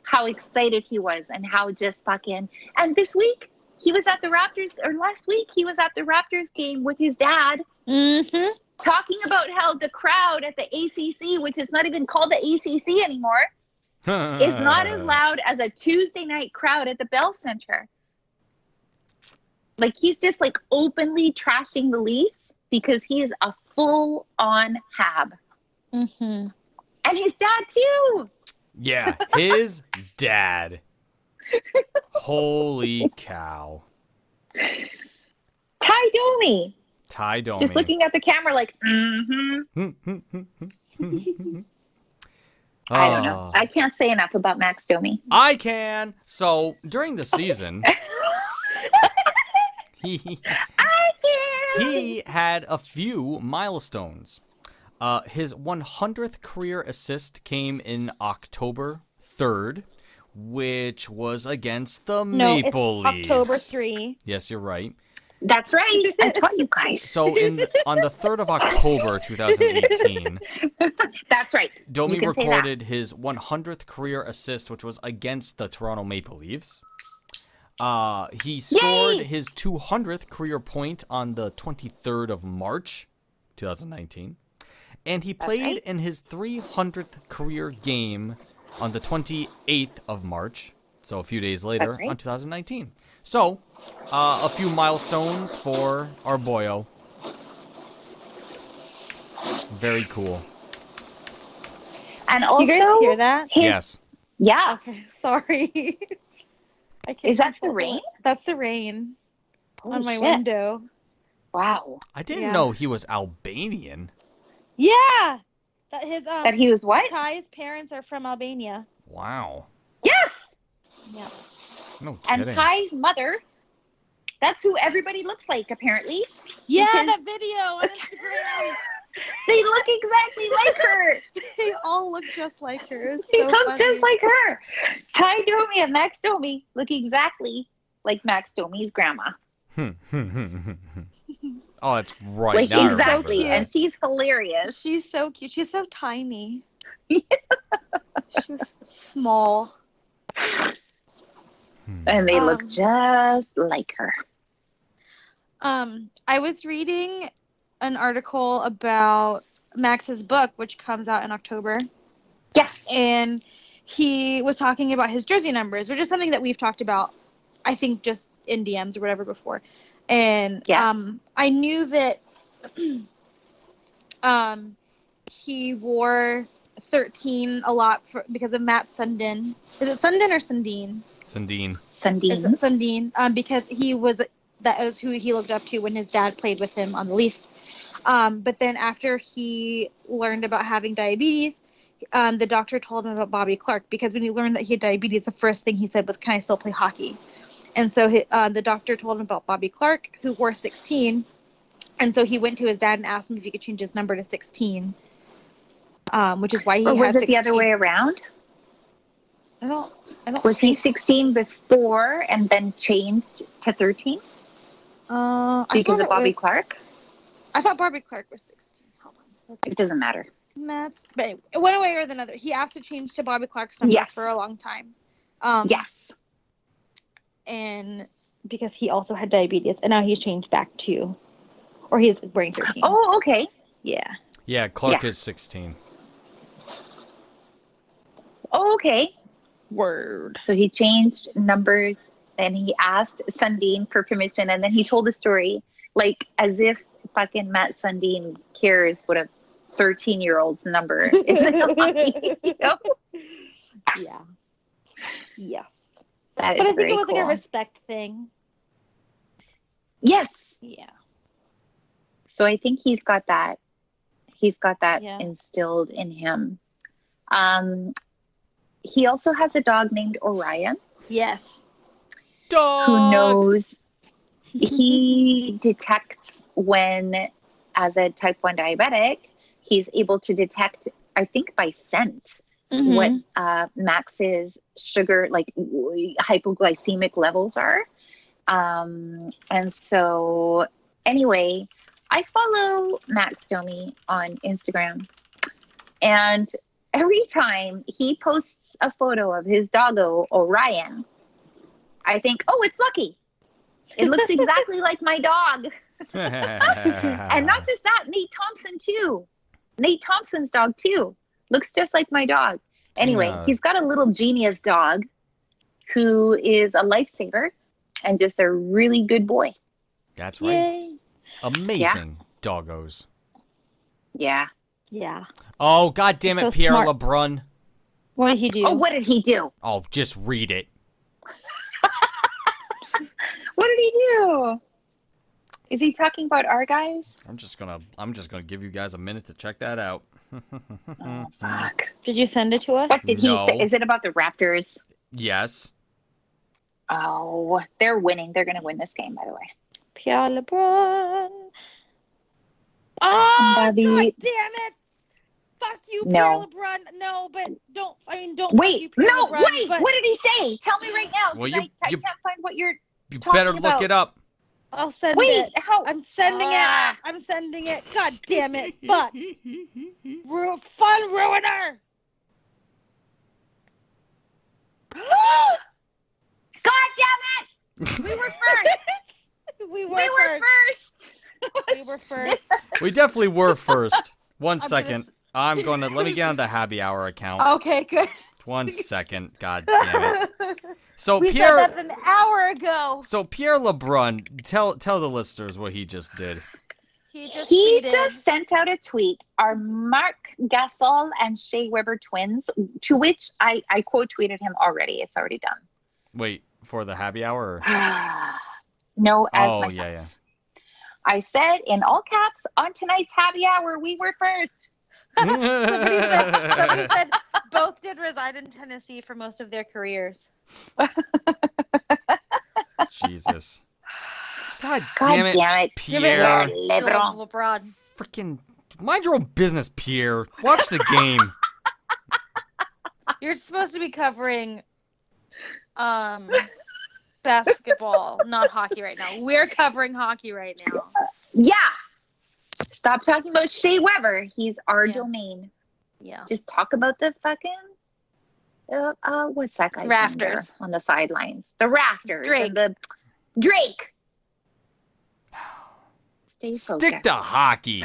[SPEAKER 2] How excited he was, and how just fucking. And this week, he was at the Raptors, or last week, he was at the Raptors game with his dad,
[SPEAKER 3] Mm-hmm.
[SPEAKER 2] talking about how the crowd at the ACC, which is not even called the ACC anymore, is
[SPEAKER 1] Uh.
[SPEAKER 2] not as loud as a Tuesday night crowd at the Bell Center. Like he's just like openly trashing the Leafs because he is a full on hab.
[SPEAKER 3] Mm-hmm.
[SPEAKER 2] And his dad too.
[SPEAKER 1] Yeah, his dad. Holy cow.
[SPEAKER 2] Ty Domi.
[SPEAKER 1] Ty Domi. Hmm,
[SPEAKER 2] Just looking at the camera like, mm-hmm. I don't know.
[SPEAKER 1] Ah.
[SPEAKER 2] I can't say enough about Max Domi.
[SPEAKER 1] I can. So during the season, he
[SPEAKER 2] I can
[SPEAKER 1] he had a few milestones. Uh, his 100th career assist came in October 3rd, which was against the
[SPEAKER 3] No,
[SPEAKER 1] Maple
[SPEAKER 3] it's
[SPEAKER 1] Leafs.
[SPEAKER 3] October three.
[SPEAKER 1] Yes, you're right.
[SPEAKER 2] That's right. I taught you guys.
[SPEAKER 1] So in on the 3rd of October 2018,
[SPEAKER 2] That's right.
[SPEAKER 1] Domi
[SPEAKER 2] You can say that.
[SPEAKER 1] recorded his 100th career assist, which was against the Toronto Maple Leafs. Uh, he scored
[SPEAKER 2] Yay!
[SPEAKER 1] his 200th career point on the 23rd of March, 2019, and he played
[SPEAKER 2] right.
[SPEAKER 1] in his 300th career game on the 28th of March, so a few days later
[SPEAKER 2] That's right.
[SPEAKER 1] on 2019. So, uh, a few milestones for our boyo. Very cool.
[SPEAKER 2] And also,
[SPEAKER 3] you guys hear that?
[SPEAKER 2] his-
[SPEAKER 1] yes.
[SPEAKER 2] Yeah.
[SPEAKER 3] Okay, sorry. I can't
[SPEAKER 2] Is that the
[SPEAKER 3] control
[SPEAKER 2] rain?
[SPEAKER 3] That's the rain on
[SPEAKER 2] Holy
[SPEAKER 3] my
[SPEAKER 2] shit.
[SPEAKER 3] window.
[SPEAKER 2] Wow.
[SPEAKER 1] I didn't
[SPEAKER 3] Yeah.
[SPEAKER 1] know he was Albanian.
[SPEAKER 3] Yeah, that his um,
[SPEAKER 2] That he was what?
[SPEAKER 3] Kai's parents are from Albania.
[SPEAKER 1] Wow.
[SPEAKER 2] Yes.
[SPEAKER 3] Yeah.
[SPEAKER 1] No kidding.
[SPEAKER 2] And Ty's mother. That's who everybody looks like, apparently.
[SPEAKER 3] Yeah,
[SPEAKER 2] Because-
[SPEAKER 3] that video on Instagram.
[SPEAKER 2] They look exactly like her.
[SPEAKER 3] they all look just like her. It's
[SPEAKER 2] They
[SPEAKER 3] so
[SPEAKER 2] look
[SPEAKER 3] funny.
[SPEAKER 2] just like her. Ty Domi and Max Domi look exactly like Max Domi's grandma.
[SPEAKER 1] Hmm. oh, that's right.
[SPEAKER 2] like
[SPEAKER 1] now I remember
[SPEAKER 2] exactly.
[SPEAKER 1] that.
[SPEAKER 2] And she's hilarious.
[SPEAKER 3] She's so cute. She's so tiny. She's small.
[SPEAKER 1] Hmm.
[SPEAKER 2] And they
[SPEAKER 3] Um,
[SPEAKER 2] look just like her.
[SPEAKER 3] Um, I was reading an article about Max's book, which comes out in October,
[SPEAKER 2] Yes.
[SPEAKER 3] and he was talking about his jersey numbers, which is something that we've talked about, I think, just in DMs or whatever before. And
[SPEAKER 2] Yeah.
[SPEAKER 3] um, I knew that um, he wore 13 a lot for, because of Matt Sundin. Is it Sundin or Sundin?
[SPEAKER 1] Sundin.
[SPEAKER 3] is
[SPEAKER 2] Sundin.
[SPEAKER 3] Sundin, um, because he was that was who he looked up to when his dad played with him on the Leafs. Um, but then after he learned about having diabetes, um, the doctor told him about Bobby Clark because when he learned that he had diabetes, the first thing he said was, "Can I still play hockey?" And so he, uh, the doctor told him about Bobby Clark, who wore 16, and so he went to his dad and asked him if he could change his number to 16, um, which is why he
[SPEAKER 2] Or was
[SPEAKER 3] had
[SPEAKER 2] it the other
[SPEAKER 3] 16.
[SPEAKER 2] way around?
[SPEAKER 3] I don't. I don't
[SPEAKER 2] Was he
[SPEAKER 3] think-
[SPEAKER 2] 16 before and then changed to 13
[SPEAKER 3] Uh, I
[SPEAKER 2] because
[SPEAKER 3] thought
[SPEAKER 2] of
[SPEAKER 3] it
[SPEAKER 2] Bobby
[SPEAKER 3] was-
[SPEAKER 2] Clark?
[SPEAKER 3] I thought Barbie Clark was 16. Hold on.
[SPEAKER 2] It doesn't matter.
[SPEAKER 3] Matt's, but anyway, one way or another, he asked to change to Bobby Clark's number
[SPEAKER 2] Yes.
[SPEAKER 3] for a long time. Um,
[SPEAKER 2] Yes.
[SPEAKER 3] And because he also had diabetes, and now he's changed back to, or he's wearing 13.
[SPEAKER 2] Oh, okay.
[SPEAKER 3] yeah.
[SPEAKER 1] Yeah, Clark
[SPEAKER 2] Yeah.
[SPEAKER 1] is 16.
[SPEAKER 2] Oh, okay.
[SPEAKER 3] Word.
[SPEAKER 2] So he changed numbers and he asked Sundin for permission and then he told the story like as if fucking Matt Sundin cares what a 13 year old's number is. You know?
[SPEAKER 3] Yeah. Yes.
[SPEAKER 2] That
[SPEAKER 3] but
[SPEAKER 2] is
[SPEAKER 3] I think
[SPEAKER 2] very
[SPEAKER 3] it was like
[SPEAKER 2] cool.
[SPEAKER 3] a respect thing.
[SPEAKER 2] yes.
[SPEAKER 3] Yeah.
[SPEAKER 2] So I think he's got that. He's got that
[SPEAKER 3] Yeah.
[SPEAKER 2] instilled in him. Um, he also has a dog named Orion.
[SPEAKER 3] Yes.
[SPEAKER 1] Dog.
[SPEAKER 2] who knows
[SPEAKER 3] Mm-hmm.
[SPEAKER 2] he detects when as a type 1 diabetic he's able to detect i think by scent what
[SPEAKER 3] Mhm.
[SPEAKER 2] uh, max's sugar like w- hypoglycemic levels are um, and so anyway i follow max domi on instagram and every time he posts a photo of his doggo orion i think oh it's lucky it looks exactly like my dog and
[SPEAKER 1] Uh,
[SPEAKER 2] not just that, Nate Thompson too. Nate Thompson's dog too looks just like my dog. Anyway,
[SPEAKER 1] Yeah.
[SPEAKER 2] he's got a little genius dog who is a lifesaver and just a really good boy.
[SPEAKER 1] That's right.
[SPEAKER 3] Yay.
[SPEAKER 1] Amazing doggos.
[SPEAKER 2] Yeah.
[SPEAKER 3] Yeah.
[SPEAKER 1] Oh, god damn it,
[SPEAKER 3] You're so
[SPEAKER 1] Pierre
[SPEAKER 3] smart.
[SPEAKER 1] LeBrun.
[SPEAKER 3] What did he do?
[SPEAKER 2] Oh, what did he do?
[SPEAKER 1] Oh, just read it.
[SPEAKER 2] What did he do? Is he talking about our guys?
[SPEAKER 1] I'm just gonna I'm just gonna give you guys a minute to check that out.
[SPEAKER 2] Oh, fuck.
[SPEAKER 3] Did you send it to us?
[SPEAKER 2] What did
[SPEAKER 1] Mm-hmm. No.
[SPEAKER 2] he say? Is it about the Raptors?
[SPEAKER 1] yes.
[SPEAKER 2] Oh, they're winning. They're going to win this game, by the way.
[SPEAKER 3] Pierre LeBrun. Oh,
[SPEAKER 2] Bobby-
[SPEAKER 3] god damn it! Fuck you,
[SPEAKER 2] No.
[SPEAKER 3] Pierre LeBrun. No, but don't. I mean, don't. fuck you,
[SPEAKER 2] Wait,
[SPEAKER 3] Pierre
[SPEAKER 2] no,
[SPEAKER 3] LeBrun,
[SPEAKER 2] wait.
[SPEAKER 3] But,
[SPEAKER 2] What did he say? Tell me right now.
[SPEAKER 1] Well,
[SPEAKER 2] 'cause
[SPEAKER 1] you-
[SPEAKER 2] I, I
[SPEAKER 1] you-
[SPEAKER 2] can't find what you're.
[SPEAKER 1] You
[SPEAKER 2] Talking
[SPEAKER 1] better look
[SPEAKER 2] about-
[SPEAKER 1] it up.
[SPEAKER 3] I'll send
[SPEAKER 2] Wait,
[SPEAKER 3] it.
[SPEAKER 2] how?
[SPEAKER 3] I'm sending
[SPEAKER 2] Ah.
[SPEAKER 3] it. I'm sending it. God damn it! But Ru- fun ruiner.
[SPEAKER 2] God damn it! We were first.
[SPEAKER 3] We were,
[SPEAKER 2] we were
[SPEAKER 3] first.
[SPEAKER 2] first.
[SPEAKER 3] We were first.
[SPEAKER 1] We definitely were first. One
[SPEAKER 3] gonna- Oh,
[SPEAKER 1] second. I'm gonna let me get on the happy hour account.
[SPEAKER 3] Okay, good.
[SPEAKER 1] One second. God damn it. So
[SPEAKER 3] we
[SPEAKER 1] Pierre
[SPEAKER 3] said that an hour ago.
[SPEAKER 1] So Pierre LeBrun, tell tell the listeners what he just did.
[SPEAKER 3] He just.
[SPEAKER 2] he
[SPEAKER 3] tweeted-
[SPEAKER 2] just sent out a tweet. Are Mark Gasol and Shea Weber twins? To which I, I quote tweeted him already. It's already
[SPEAKER 1] Wait for the happy hour. Or...
[SPEAKER 2] done. no, as
[SPEAKER 1] Oh
[SPEAKER 2] myself.
[SPEAKER 1] yeah, yeah.
[SPEAKER 2] I said in all caps on tonight's happy hour, we were first.
[SPEAKER 3] Somebody said, somebody said both did reside in Tennessee for most of their careers.
[SPEAKER 1] Jesus. God,
[SPEAKER 2] God
[SPEAKER 1] damn it, Pierre.
[SPEAKER 2] You're
[SPEAKER 3] Philip
[SPEAKER 2] LeBron.
[SPEAKER 3] LeBron.
[SPEAKER 1] Freaking mind your own business, Pierre. Watch the game.
[SPEAKER 3] You're supposed to be covering um basketball, not hockey right now. We're covering hockey right now.
[SPEAKER 2] Yeah. Stop talking about Shea Weber. He's our
[SPEAKER 3] Yeah.
[SPEAKER 2] domain.
[SPEAKER 3] Yeah.
[SPEAKER 2] Just talk about the fucking. Uh, uh, what's that guy?
[SPEAKER 3] Rafters.
[SPEAKER 2] on the sidelines. The rafters.
[SPEAKER 3] Drake.
[SPEAKER 2] and the Drake. Stay
[SPEAKER 1] Stick
[SPEAKER 2] focused.
[SPEAKER 1] to hockey.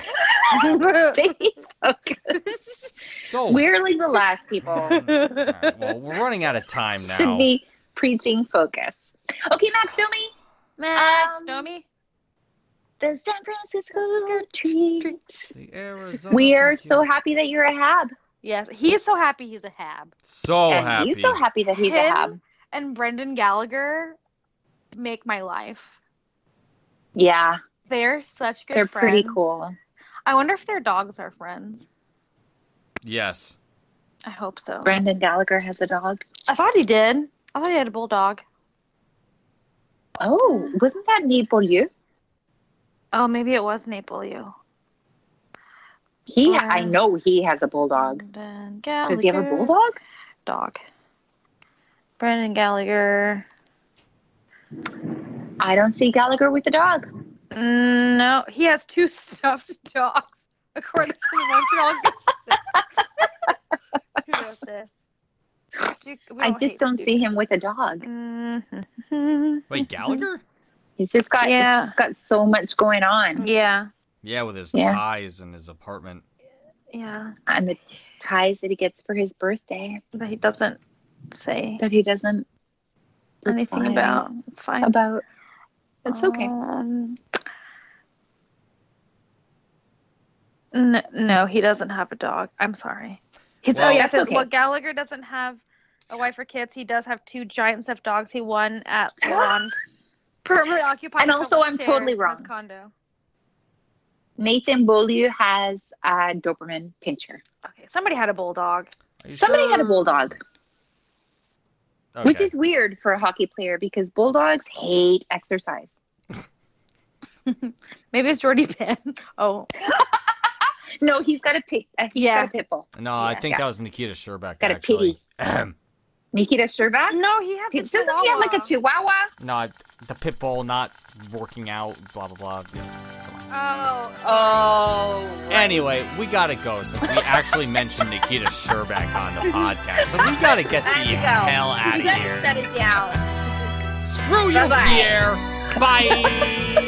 [SPEAKER 2] Stay focused.
[SPEAKER 1] So
[SPEAKER 2] We're like the last people.
[SPEAKER 1] All right, well, we're running out of time Oh, now.
[SPEAKER 2] Should be preaching focus. Okay, Max Domi.
[SPEAKER 3] Max,
[SPEAKER 2] Um,
[SPEAKER 3] Domi.
[SPEAKER 2] The San Francisco treat.
[SPEAKER 1] The Arizona
[SPEAKER 2] We are so
[SPEAKER 1] County-
[SPEAKER 2] happy that you're a hab.
[SPEAKER 3] Yes, he's so happy he's a hab.
[SPEAKER 1] so
[SPEAKER 2] and
[SPEAKER 1] happy.
[SPEAKER 2] he's so happy that he's a
[SPEAKER 3] Him?
[SPEAKER 2] hab.
[SPEAKER 3] And Brendan Gallagher make my life.
[SPEAKER 2] Yeah,
[SPEAKER 3] They're such good
[SPEAKER 2] they're
[SPEAKER 3] friends.
[SPEAKER 2] pretty cool.
[SPEAKER 3] I wonder if their dogs are friends.
[SPEAKER 1] Yes.
[SPEAKER 3] I hope so.
[SPEAKER 2] Brandon Gallagher has a dog.
[SPEAKER 3] I thought he did. I thought he had a bulldog.
[SPEAKER 2] Oh, wasn't that Nate Beaulieu?
[SPEAKER 3] Oh, maybe it was Napoleon.
[SPEAKER 2] He,
[SPEAKER 3] Yeah.
[SPEAKER 2] I know he has a bulldog.
[SPEAKER 3] Brendan
[SPEAKER 2] Does he have a
[SPEAKER 3] Um, Gallagher.
[SPEAKER 2] bulldog?
[SPEAKER 3] Dog. Brendan Gallagher.
[SPEAKER 2] I don't see Gallagher with a dog.
[SPEAKER 3] Mm, No, he has two stuffed dogs, according to the Montreal Gazette. Who wrote this? Stu- we
[SPEAKER 2] I
[SPEAKER 3] all
[SPEAKER 2] just
[SPEAKER 3] hate
[SPEAKER 2] don't
[SPEAKER 3] Stu.
[SPEAKER 2] see him with a dog.
[SPEAKER 3] Mhm.
[SPEAKER 1] Wait,
[SPEAKER 2] Mm-hmm.
[SPEAKER 1] Gallagher?
[SPEAKER 2] He's just got,
[SPEAKER 3] Yeah. Mm.
[SPEAKER 2] he's just got so much going on,
[SPEAKER 3] Yeah,
[SPEAKER 1] Yeah, with his
[SPEAKER 2] Yeah.
[SPEAKER 1] ties and his apartment.
[SPEAKER 3] yeah,
[SPEAKER 2] and the ties that he gets for his birthday
[SPEAKER 3] but he doesn't say
[SPEAKER 2] that he doesn't
[SPEAKER 3] anything
[SPEAKER 2] reply
[SPEAKER 3] about. It's fine.
[SPEAKER 2] about. It's okay.
[SPEAKER 3] Um, n- no, he doesn't have a dog. I'm sorry. He's,
[SPEAKER 1] Well-
[SPEAKER 3] oh, yeah, it
[SPEAKER 2] That's
[SPEAKER 3] says,
[SPEAKER 2] okay.
[SPEAKER 3] well, Gallagher doesn't have a wife or kids. He does have two giant stuffed dogs. He won at Blonde. Permanently occupied.
[SPEAKER 2] And
[SPEAKER 3] with a
[SPEAKER 2] also, I'm
[SPEAKER 3] wheelchair
[SPEAKER 2] totally
[SPEAKER 3] in his
[SPEAKER 2] wrong.
[SPEAKER 3] condo.
[SPEAKER 2] Nathan Beaulieu has a Doberman Pinscher.
[SPEAKER 3] Okay, somebody had a bulldog.
[SPEAKER 1] Are you
[SPEAKER 2] Somebody had a
[SPEAKER 1] sure?
[SPEAKER 2] bulldog,
[SPEAKER 1] uh, Okay.
[SPEAKER 2] which is weird for a hockey player because bulldogs hate exercise.
[SPEAKER 3] Maybe it's Jordy Penn. Oh,
[SPEAKER 2] No, he's got a pit. Uh, he's
[SPEAKER 3] Yeah.
[SPEAKER 2] got a pit bull.
[SPEAKER 1] No, I
[SPEAKER 3] Yeah.
[SPEAKER 1] think
[SPEAKER 2] Yeah.
[SPEAKER 1] that was Nikita Sherbeck.
[SPEAKER 2] Got a
[SPEAKER 1] actually.
[SPEAKER 2] Nikita Sherbak.
[SPEAKER 3] no, he had the
[SPEAKER 2] Doesn't he have like a
[SPEAKER 3] Chihuahua.
[SPEAKER 2] chihuahua?
[SPEAKER 1] not the pit bull not working out. Blah blah blah. Yeah.
[SPEAKER 3] Oh,
[SPEAKER 2] Oh.
[SPEAKER 1] Anyway, we gotta go since we actually mentioned Nikita Sherbeck on the podcast. So we gotta get the
[SPEAKER 2] Time to Mm-hmm. go.
[SPEAKER 1] hell out
[SPEAKER 2] You
[SPEAKER 1] of
[SPEAKER 2] gotta
[SPEAKER 1] here.
[SPEAKER 2] shut it down.
[SPEAKER 1] Screw you,
[SPEAKER 2] Bye-bye.
[SPEAKER 1] Pierre. Bye.